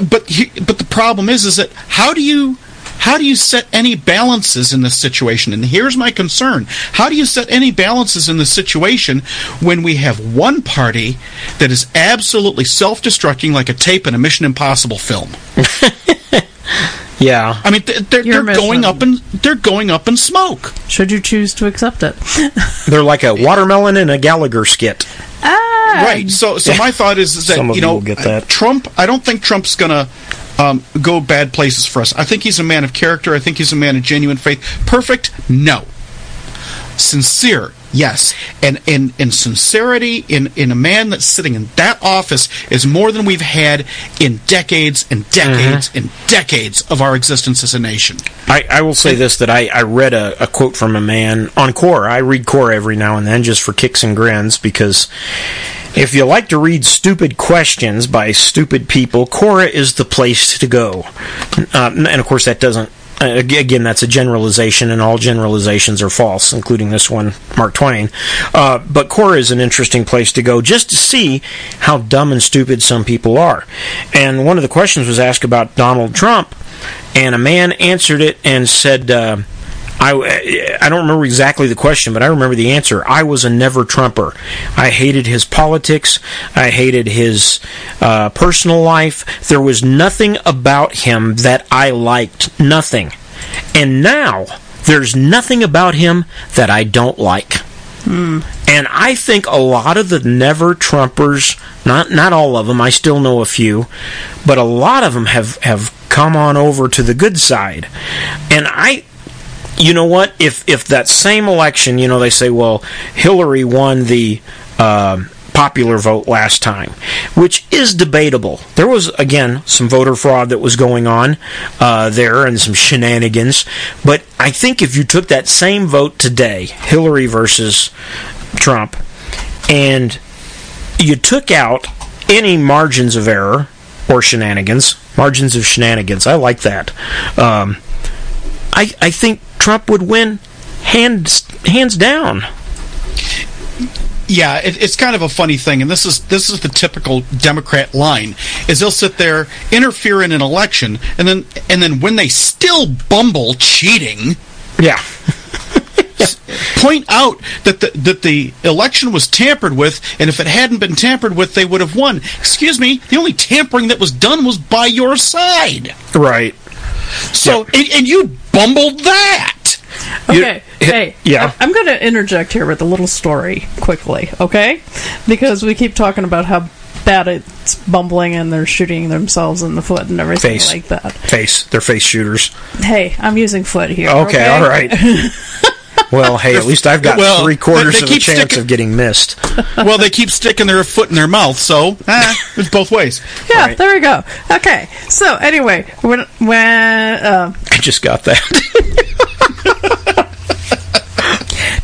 C: but he, but the problem is, is that how do you how do you set any balances in this situation? And here's my concern: How do you set any balances in this situation when we have one party that is absolutely self-destructing like a tape in a Mission Impossible film?
A: Yeah.
C: I mean, th- they're,
B: You're
C: they're going
B: missing-
C: up in they're going up in smoke.
B: Should you choose to accept it?
A: They're like a watermelon and a Gallagher skit.
B: ah.
C: right. So, so my thought is, is that
A: Some of
C: you
A: you
C: know,
A: will get that.
C: Trump. I don't think Trump's gonna um, go bad places for us. I think he's a man of character. I think he's a man of genuine faith. Perfect? No. Sincere? Yes, and in in sincerity, in in a man that's sitting in that office is more than we've had in decades and decades and decades of our existence as a nation.
A: I, I will say this that I, I read a, a quote from a man on Core. I read Core every now and then just for kicks and grins because if you like to read stupid questions by stupid people, Quora is the place to go. Um, and of course, that doesn't. uh, ag- Again, that's a generalization, and all generalizations are false, including this one, Mark Twain. Uh, but Quora is an interesting place to go just to see how dumb and stupid some people are. And one of the questions was asked about Donald Trump, and a man answered it and said, uh, I, I don't remember exactly the question, but I remember the answer. I was a never Trumper. I hated his politics. I hated his uh, personal life. There was nothing about him that I liked. Nothing. And now there's nothing about him that I don't like. And I think a lot of the never Trumpers, not not all of them, I still know a few, but a lot of them have have come on over to the good side. And I you know what? If if that same election, you know, they say, well, Hillary won the um popular vote last time, which is debatable. There was again some voter fraud that was going on uh, there and some shenanigans, but I think if you took that same vote today, Hillary versus Trump, and you took out any margins of error or shenanigans, margins of shenanigans. I like that. Um, I, I think Trump would win hands hands down.
C: Yeah, it, it's kind of a funny thing, and this is this is the typical Democrat line: is they'll sit there, interfere in an election, and then and then when they still bumble cheating,
A: Yeah.
C: point out that the that the election was tampered with, and if it hadn't been tampered with, they would have won. Excuse me, the only tampering that was done was by your side.
A: Right.
C: So and, and you bumbled that.
A: You-
B: Okay. Hey.
A: Yeah.
B: I- I'm going to interject here with a little story quickly, okay? Because we keep talking about how bad it's bumbling and they're shooting themselves in the foot and everything
A: Face.
B: like that.
A: Face. They're face shooters.
B: Hey, I'm using foot here.
A: Okay,
B: Okay.
A: all right. well, hey, at least I've got
C: Well,
A: three quarters
C: they- they
A: of a
C: keep
A: chance
C: sticking-
A: of getting missed.
C: well, they keep sticking their foot in their mouth, so eh, it's both ways.
B: Yeah,
A: Right.
B: there we go. Okay. So anyway, when when uh,
A: I just got that.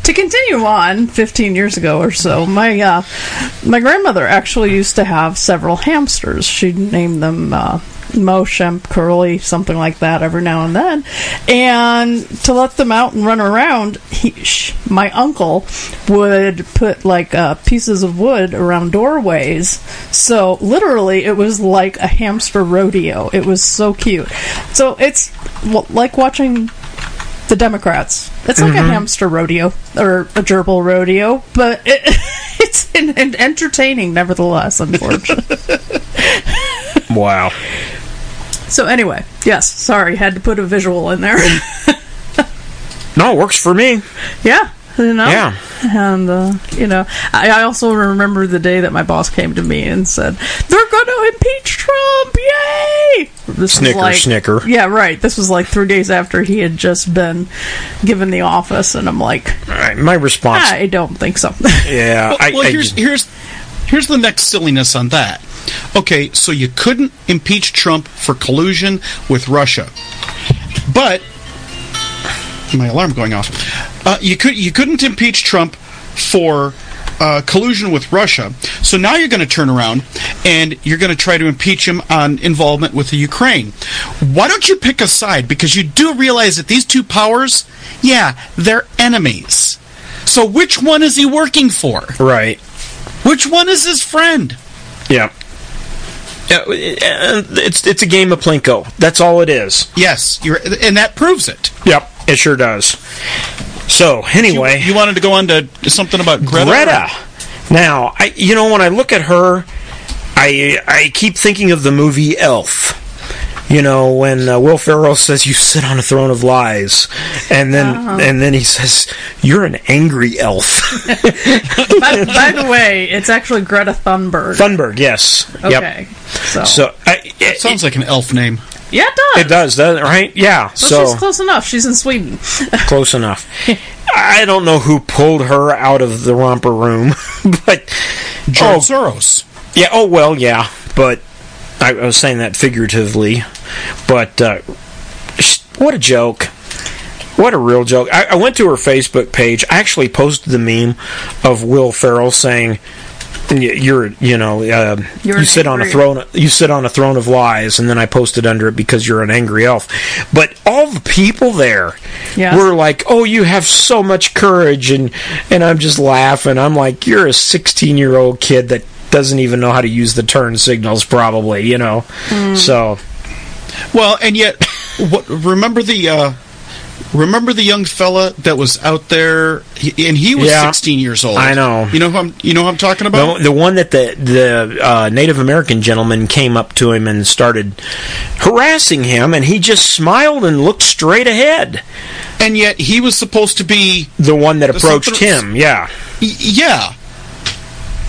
B: to continue on, 15 years ago or so, my uh, my grandmother actually used to have several hamsters. She named them uh, Mo, Shemp, Curly, something like that, every now and then. And to let them out and run around, he, sh- my uncle would put like uh, pieces of wood around doorways. So literally, it was like a hamster rodeo. It was so cute. So it's w- like watching the Democrats. It's like
A: Mm-hmm.
B: a hamster rodeo or a gerbil rodeo, but it, it's in, in entertaining nevertheless, unfortunately.
A: Wow.
B: so anyway, yes, sorry, had to put a visual in there.
A: Mm. No, it works for me.
B: yeah. You know?
A: Yeah.
B: And, uh, you know, I, I also remember the day that my boss came to me and said, They're going to impeach Trump! Yay! This was
A: Snicker, snicker.
B: Yeah, right. This was like three days after he had just been given the office, and I'm like,
A: All right, my response.
B: I don't think so.
A: Yeah.
C: Well,
A: I,
C: well,
A: I-
C: here's here's here's the next silliness on that. Okay, so you couldn't impeach Trump for collusion with Russia, but my alarm going off. Uh, you could you couldn't impeach Trump for. Uh, collusion with Russia. So now you're going to turn around and you're going to try to impeach him on involvement with the Ukraine. Why don't you pick a side? Because you do realize that these two powers, yeah, they're enemies. So which one is he working for?
A: right.
C: Which one is his friend?
A: Yeah. Yeah, uh, It's it's a game of plinko. That's all it is.
C: Yes, you're, and that proves it.
A: Yep, it sure does. So anyway,
C: You, you wanted to go on to something about Greta?
A: Greta. Now, I you know when I look at her, I I keep thinking of the movie Elf. You know when uh, Will Ferrell says you sit on a throne of lies, and then
B: Oh.
A: and then he says you're an angry elf.
B: by, by the way, it's actually Greta Thunberg.
A: Thunberg, yes.
B: Okay.
A: Yep.
B: So,
A: So I,
C: It
A: it,
C: sounds like an elf name.
B: yeah, it does.
A: it does, does right? Yeah.
B: So,
A: so
B: she's close enough. She's in Sweden.
A: close enough. I I don't know who pulled her out of the romper room, but
C: George
A: oh,
C: Soros.
A: yeah, oh well, yeah, but I, I was saying that figuratively. But uh, sh- what a joke! What a real joke! I, I went to her Facebook page. I actually posted the meme of Will Ferrell saying, "Y- "You're, you know, uh,
B: You're
A: you
B: an
A: sit on a
B: angry-
A: throne, you sit on a throne of lies," and then I posted under it because you're an angry elf. But all the people there
B: Yes.
A: were like, "Oh, you have so much courage," and and I'm just laughing. I'm like, "You're a 16 year old kid that doesn't even know how to use the turn signals, probably." You know, so
C: Well, and yet, what? Remember the uh, remember the young fella that was out there, he, and he was
A: Yeah.
C: 16 years old.
A: I know.
C: You know who I'm. You know who I'm talking about.
A: the, the one that the the uh, Native American gentleman came up to him and started harassing him, and he just smiled and looked straight ahead.
C: And yet, he was supposed to be.
A: The one that
C: That's
A: approached
C: something-
A: him, yeah.
C: y- Yeah.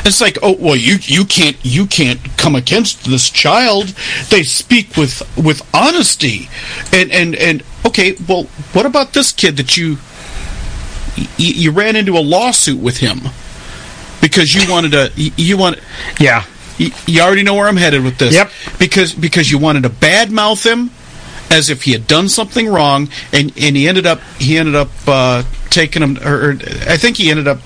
C: It's like, oh well, you you can't you can't come against this child. They speak with with honesty, and and and okay, well, what about this kid that you y- you ran into a lawsuit with him because you wanted to you- you want
A: Yeah.
C: Y- you already know where I'm headed with this.
A: Yep.
C: Because because you wanted to badmouth him as if he had done something wrong, and, and he ended up he ended up uh, taking him, or, or I think he ended up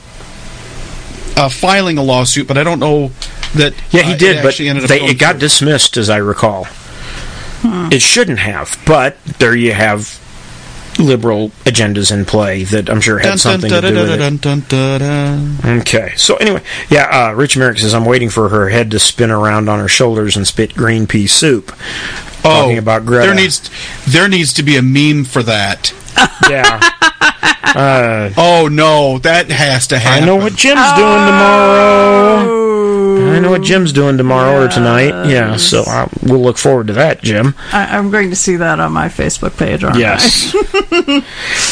C: uh, filing a lawsuit, but I don't know that.
A: Yeah, he
C: uh,
A: did,
C: it
A: but
C: actually ended up
A: they,
C: going
A: it got
C: through.
A: dismissed, as I recall. It shouldn't have, but there you have liberal agendas in play that I'm sure had
C: Dun, dun,
A: something to
C: dun,
A: do with
C: dun,
A: it.
C: dun, dun, dun, dun.
A: Okay. So anyway, yeah, uh, Rich Merrick says I'm waiting for her head to spin around on her shoulders and spit green pea soup. Talking about Greta.
C: Oh, there needs there needs to be a meme for that.
A: yeah.
C: Oh no, that has to
A: I
C: happen.
A: know what Jim's doing Oh.
B: Oh.
A: tomorrow. I know what Jim's doing tomorrow or tonight. Yeah, so uh, we'll look forward to that, Jim.
B: I, I'm going to see that on my Facebook page, aren't
A: Yes.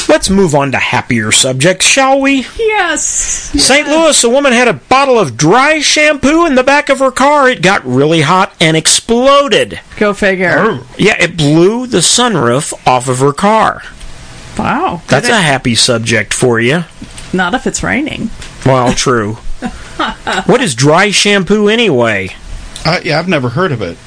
A: Let's move on to happier subjects, shall we?
B: I? Yes.
A: St. Louis, a woman had a bottle of dry shampoo in the back of her car. It got really hot and exploded.
B: Go figure.
A: Yeah, it blew the sunroof off of her car.
B: Wow.
A: That's a happy subject for you.
B: Not if it's raining.
A: Well, true. what is dry shampoo anyway?
C: I, yeah, I've never heard of it.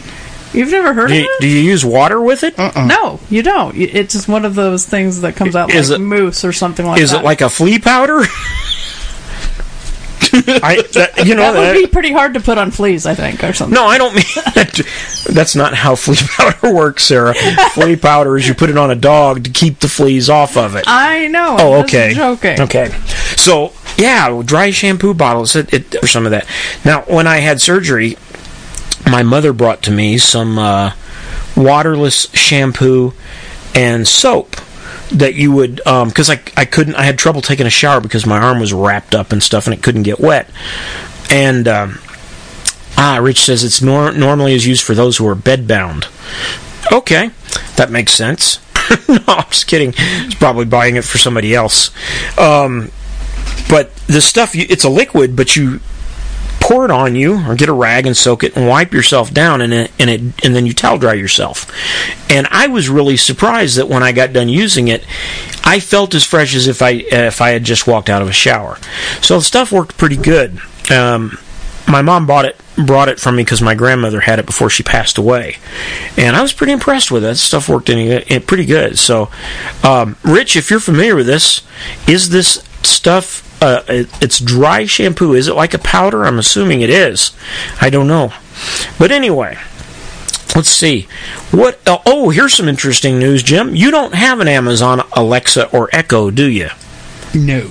B: You've never heard
A: Do
B: of
A: you,
B: it?
A: do you use water with it? Is
B: no, you don't. You- It's just one of those things that comes out
A: Is
B: like
A: it-
B: mousse or something like that.
A: it like a flea powder? I, that, you know,
B: that would
A: that-
B: be pretty hard to put on fleas, I think, or something.
A: no, I don't mean that. That's not how flea powder works, Sarah. Flea powder is you put it on a dog to keep the fleas off of it.
B: I know.
A: Oh,
B: I'm just
A: okay.
B: Joking.
A: Okay. So, yeah, dry shampoo bottles it, it, or some of that. Now, when I had surgery, my mother brought to me some uh, waterless shampoo and soap that you would because I, I couldn't i had trouble taking a shower because my arm was wrapped up and stuff and it couldn't get wet and um, ah rich says it's nor- normally is used for those who are bedbound Okay, that makes sense. no, I'm just kidding. It's probably buying it for somebody else. Um, but the stuff, you, it's a liquid, but you pour it on you, or get a rag and soak it, and wipe yourself down, and it, and it, and then you towel dry yourself. And I was really surprised that when I got done using it, I felt as fresh as if I if I had just walked out of a shower. So the stuff worked pretty good. Um, my mom bought it brought it from me because my grandmother had it before she passed away, and I was pretty impressed with it. That stuff worked in, in pretty good. So, um, Rich, if you're familiar with this, is this stuff? Uh, it- it's dry shampoo. Is it like a powder? I'm assuming it is. I don't know, but anyway. Let's see. What? el- oh, here's some interesting news, Jim. You don't have an Amazon Alexa or Echo, do you?
C: No.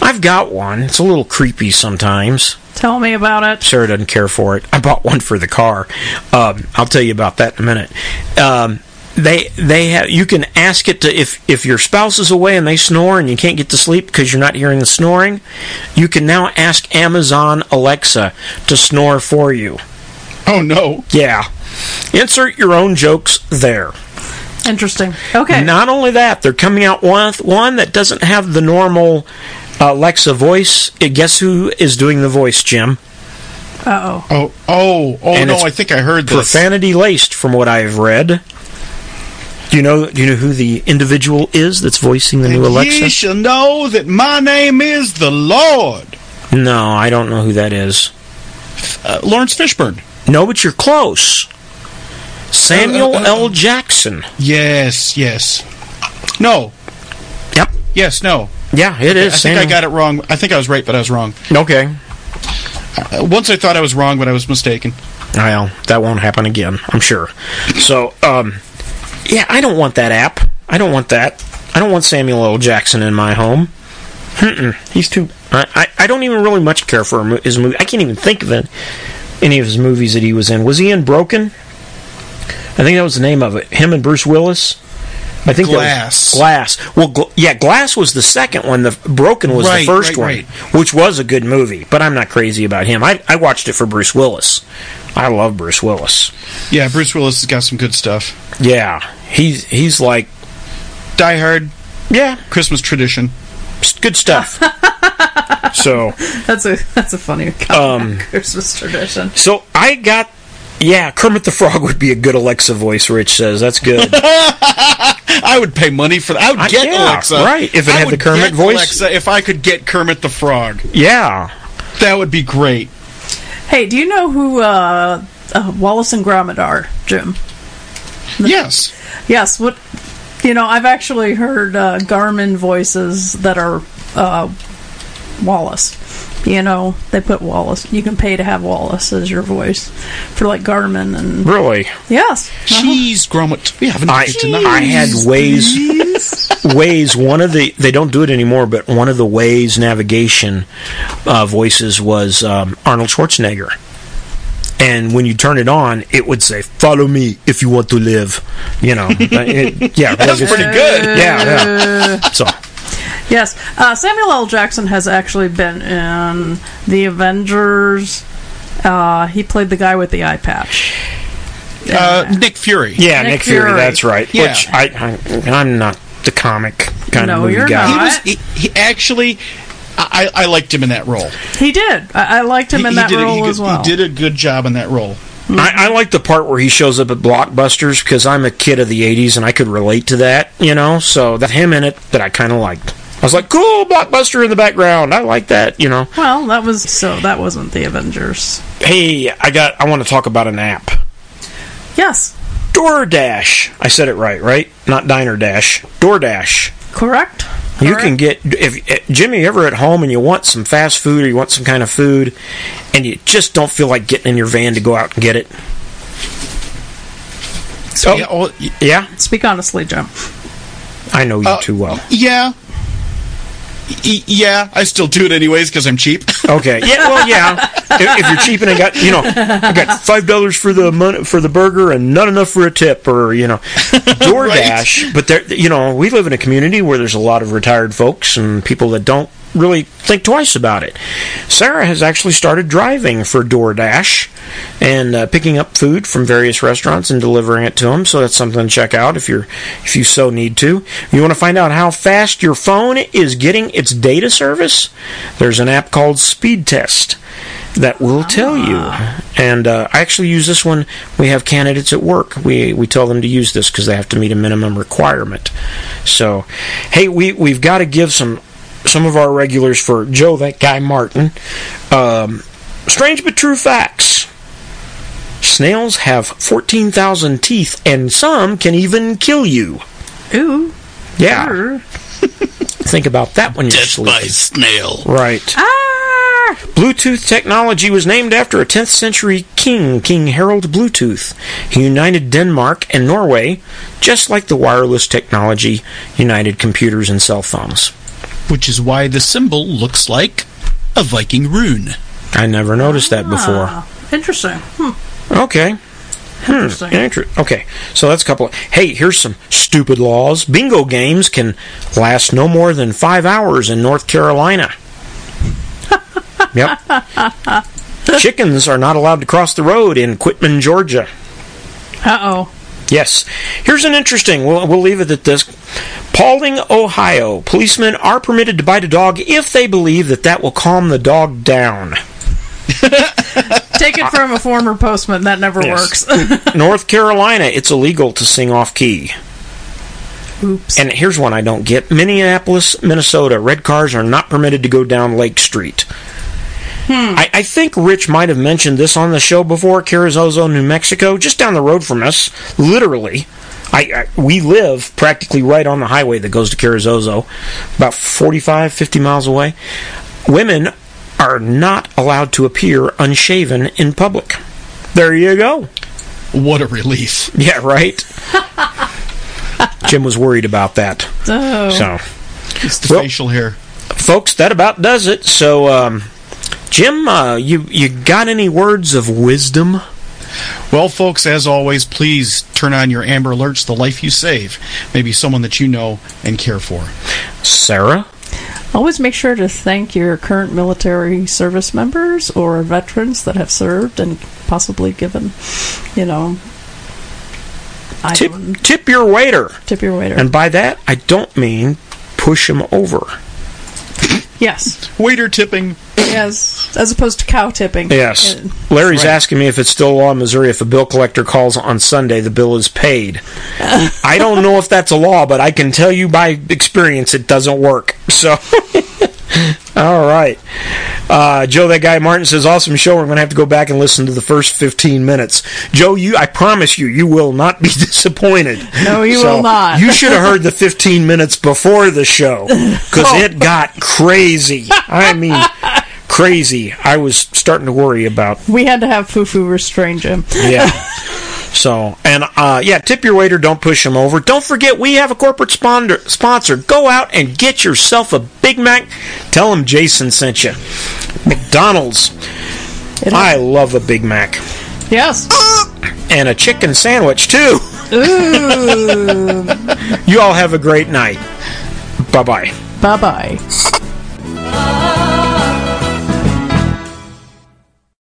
A: I've got one. It's a little creepy sometimes.
B: Tell me about it.
A: Sarah doesn't care for it. I bought one for the car. Um, I'll tell you about that in a minute. Um, they they have you can ask it to if if your spouse is away and they snore and you can't get to sleep because you're not hearing the snoring, you can now ask Amazon Alexa to snore for you.
C: Oh no.
A: Yeah. Insert your own jokes there.
B: Interesting. Okay.
A: Not only that, they're coming out with one that doesn't have the normal uh, Alexa voice. Uh, Guess who is doing the voice, Jim?
B: Uh oh.
C: Oh oh oh
A: And
C: no!
A: it's
C: I think I heard this.
A: profanity laced from what I've read. Do you know? Do you know who the individual is that's voicing the new
C: Ye
A: Alexa?
C: shall know that my name is the Lord.
A: No, I don't know who that is.
C: Uh, Lawrence Fishburne.
A: No, but you're close. Samuel
C: Uh, uh, uh.
A: L. Jackson.
C: Yes, yes. No.
A: Yep.
C: Yes, no.
A: Yeah, it
C: I
A: is.
C: think I got it wrong. I think I was right, but I was wrong.
A: it. Okay.
C: Uh, once I thought I was wrong, but I was mistaken.
A: Well, that won't happen again, I'm sure. So, um, yeah, I don't want that app. I don't want that. I don't want Samuel L. Jackson in my home. Mm-mm. He's too. I, I, I don't even really much care for mo- his movie. I can't even think of it, any of his movies that he was in. Was he in Broken? I think that was the name of it. Him and Bruce Willis. I think that was-
C: Glass.
A: Glass. Well, gl- yeah, Glass was the second one. The Broken was
C: Right,
A: the first
C: right,
A: one
C: right.
A: which was a good movie, but I'm not crazy about him. I, I watched it for Bruce Willis. I love Bruce Willis.
C: Yeah, Bruce Willis has got some good stuff.
A: Yeah, he's he's like
C: Die Hard,
A: yeah,
C: Christmas tradition.
A: s- good stuff. so
B: That's a that's a funny
A: Um,
B: Christmas tradition.
A: so I got yeah Kermit the Frog would be a good Alexa voice. Rich says that's good.
C: I would pay money for that. I would
A: I-
C: get
A: yeah,
C: Alexa.
A: right, if it
C: I
A: had the
C: would
A: Kermit
C: get
A: voice.
C: Alexa, if I could get Kermit the Frog,
A: yeah,
C: that would be great.
B: Hey, do you know who uh, uh, Wallace and Gromit are, Jim?
C: Yes.
A: uh-huh.
B: Yes. What? You know, I've actually heard uh, Garmin voices that are uh, Wallace. You know, they put Wallace. You can pay to have Wallace as your voice for like Garmin and
A: really.
B: yes.
C: Cheese grommet. We haven't
A: I
C: eaten tonight.
A: I had ways ways one of the they don't do it anymore, but one of the ways navigation uh, voices was um, Arnold Schwarzenegger. And when you turn it on, it would say "Follow me if you want to live." You know, It- yeah,
C: That's
A: it's-
C: pretty good.
A: Yeah, yeah. So
B: Yes, uh, Samuel L. Jackson has actually been in the Avengers. Uh, he played the guy with the eye patch.
C: Uh, Nick Fury.
A: yeah,
B: Nick
A: Nick, Fury,
B: Fury.
A: that's right.
C: Yeah.
A: Which I, I I'm not the comic kind
B: No,
A: of movie
B: you're
A: guy.
C: He
B: not.
C: was he, he actually. I, I I liked him in that role.
B: He did. I, I liked him
C: he,
B: in
C: he
B: that
C: did a,
B: role
C: he, good-
B: as well.
C: he did a good job in that role.
A: I, I like the part where he shows up at Blockbusters because I'm a kid of the '80s and I could relate to that, you know. So that him in it that I kind of liked. I was like, cool, Blockbuster in the background. I like that, you know.
B: Well, that was so. That wasn't the Avengers.
A: Hey, I got. I want to talk about an app.
B: Yes,
A: DoorDash. I said it right, right? Not Diner Dash. DoorDash.
B: correct.
A: You
B: Correct.
A: can get if eh, Jimmy you're ever at home and you want some fast food or you want some kind of food, and you just don't feel like getting in your van to go out and get it.
C: So
A: Oh.
C: yeah, all-
A: Yeah,
B: speak honestly, Jim.
A: I know you
C: Uh,
A: too well.
C: yeah, Y- yeah. I still do it anyways because I'm cheap.
A: Okay. Yeah. Well, yeah. if, if you're cheap and I got, you know, I got five dollars for the mon- for the burger and not enough for a tip, or you know, DoorDash. But there, you know, we live in a community where there's a lot of retired folks and people that don't really think twice about it. Sarah has actually started driving for DoorDash and uh, picking up food from various restaurants and delivering it to them. So that's something to check out if you're if you so need to. You want to find out how fast your phone is getting its data service? There's an app called Speed Test that will tell you. And uh, I actually use this when we have candidates at work. We we tell them to use this because they have to meet a minimum requirement. So, hey, we we've got to give some some of our regulars for Joe, that guy Martin. Um, strange but true facts. Snails have 14,000 teeth, and some can even kill you.
B: Ooh. er,
A: Yeah,
B: Err.
A: think about that when you're sleeping.
C: snail.
A: Right.
B: Ah.
A: Bluetooth technology was named after a 10th century king, King Harald Bluetooth. He united Denmark and Norway, just like the wireless technology united computers and cell phones.
C: Which is why the symbol looks like a Viking rune.
A: I never noticed that before.
B: Ah, Interesting. Hmm.
A: Okay. Hmm,
B: Interesting.
A: Inter- Okay, so that's a couple. Of, hey, here's some stupid laws. Bingo games can last no more than five hours in North Carolina. yep. Chickens are not allowed to cross the road in Quitman, Georgia.
B: Uh oh.
A: Yes. Here's an interesting. We'll, we'll leave it at this. Paulding, Ohio. Policemen are permitted to bite a dog if they believe that that will calm the dog down.
B: Take it from a former postman. That never
A: Yes.
B: works.
A: North Carolina, it's illegal to sing off key.
B: Oops.
A: And here's one I don't get Minneapolis, Minnesota, red cars are not permitted to go down Lake Street. I, I think Rich might have mentioned this on the show before. Carrizozo, New Mexico, just down the road from us, literally. I, I we live practically right on the highway that goes to Carrizozo, about 45, 50 miles away. Women are not allowed to appear unshaven in public. There you go.
C: What a relief.
A: Yeah, right. Jim was worried about that.
B: Oh.
A: So,
C: It's the
A: Well-
C: facial hair.
A: folks, that about does it. So, um, Jim, uh, you you got any words of wisdom?
C: Well, folks, as always, please turn on your Amber Alerts, the life you save. Maybe someone that you know and care for.
A: Sarah?
B: Always make sure to thank your current military service members or veterans that have served and possibly given, you know, I
A: Tip,
B: don't
A: tip your waiter.
B: tip your waiter.
A: And by that, I don't mean push him over.
B: yes,
C: Waiter tipping.
B: yes, as opposed to cow tipping.
A: Yes.
B: And-
A: Larry's
C: Right.
A: asking me if it's still law in Missouri if a bill collector calls on Sunday, the bill is paid. I don't know if that's a law, but I can tell you by experience it doesn't work. So. All right. Uh, Joe, that guy Martin says, awesome show. We're going to have to go back and listen to the first 15 minutes. Joe, you, I promise you, you will not be disappointed.
B: No, you will not.
A: You should have heard the 15 minutes before the show because
B: Oh.
A: it got crazy. I mean, crazy. I was starting to worry about
B: We had to have Fufu restrain Jim.
A: yeah. So and uh, yeah, tip your waiter. Don't push him over. Don't forget we have a corporate sponder, sponsor. Go out and get yourself a Big Mac. Tell them Jason sent you. McDonald's.
B: It-
A: I love a Big Mac
B: Yes.
A: and a chicken sandwich too.
B: Ooh.
A: You all have a great night. Bye bye.
B: bye bye.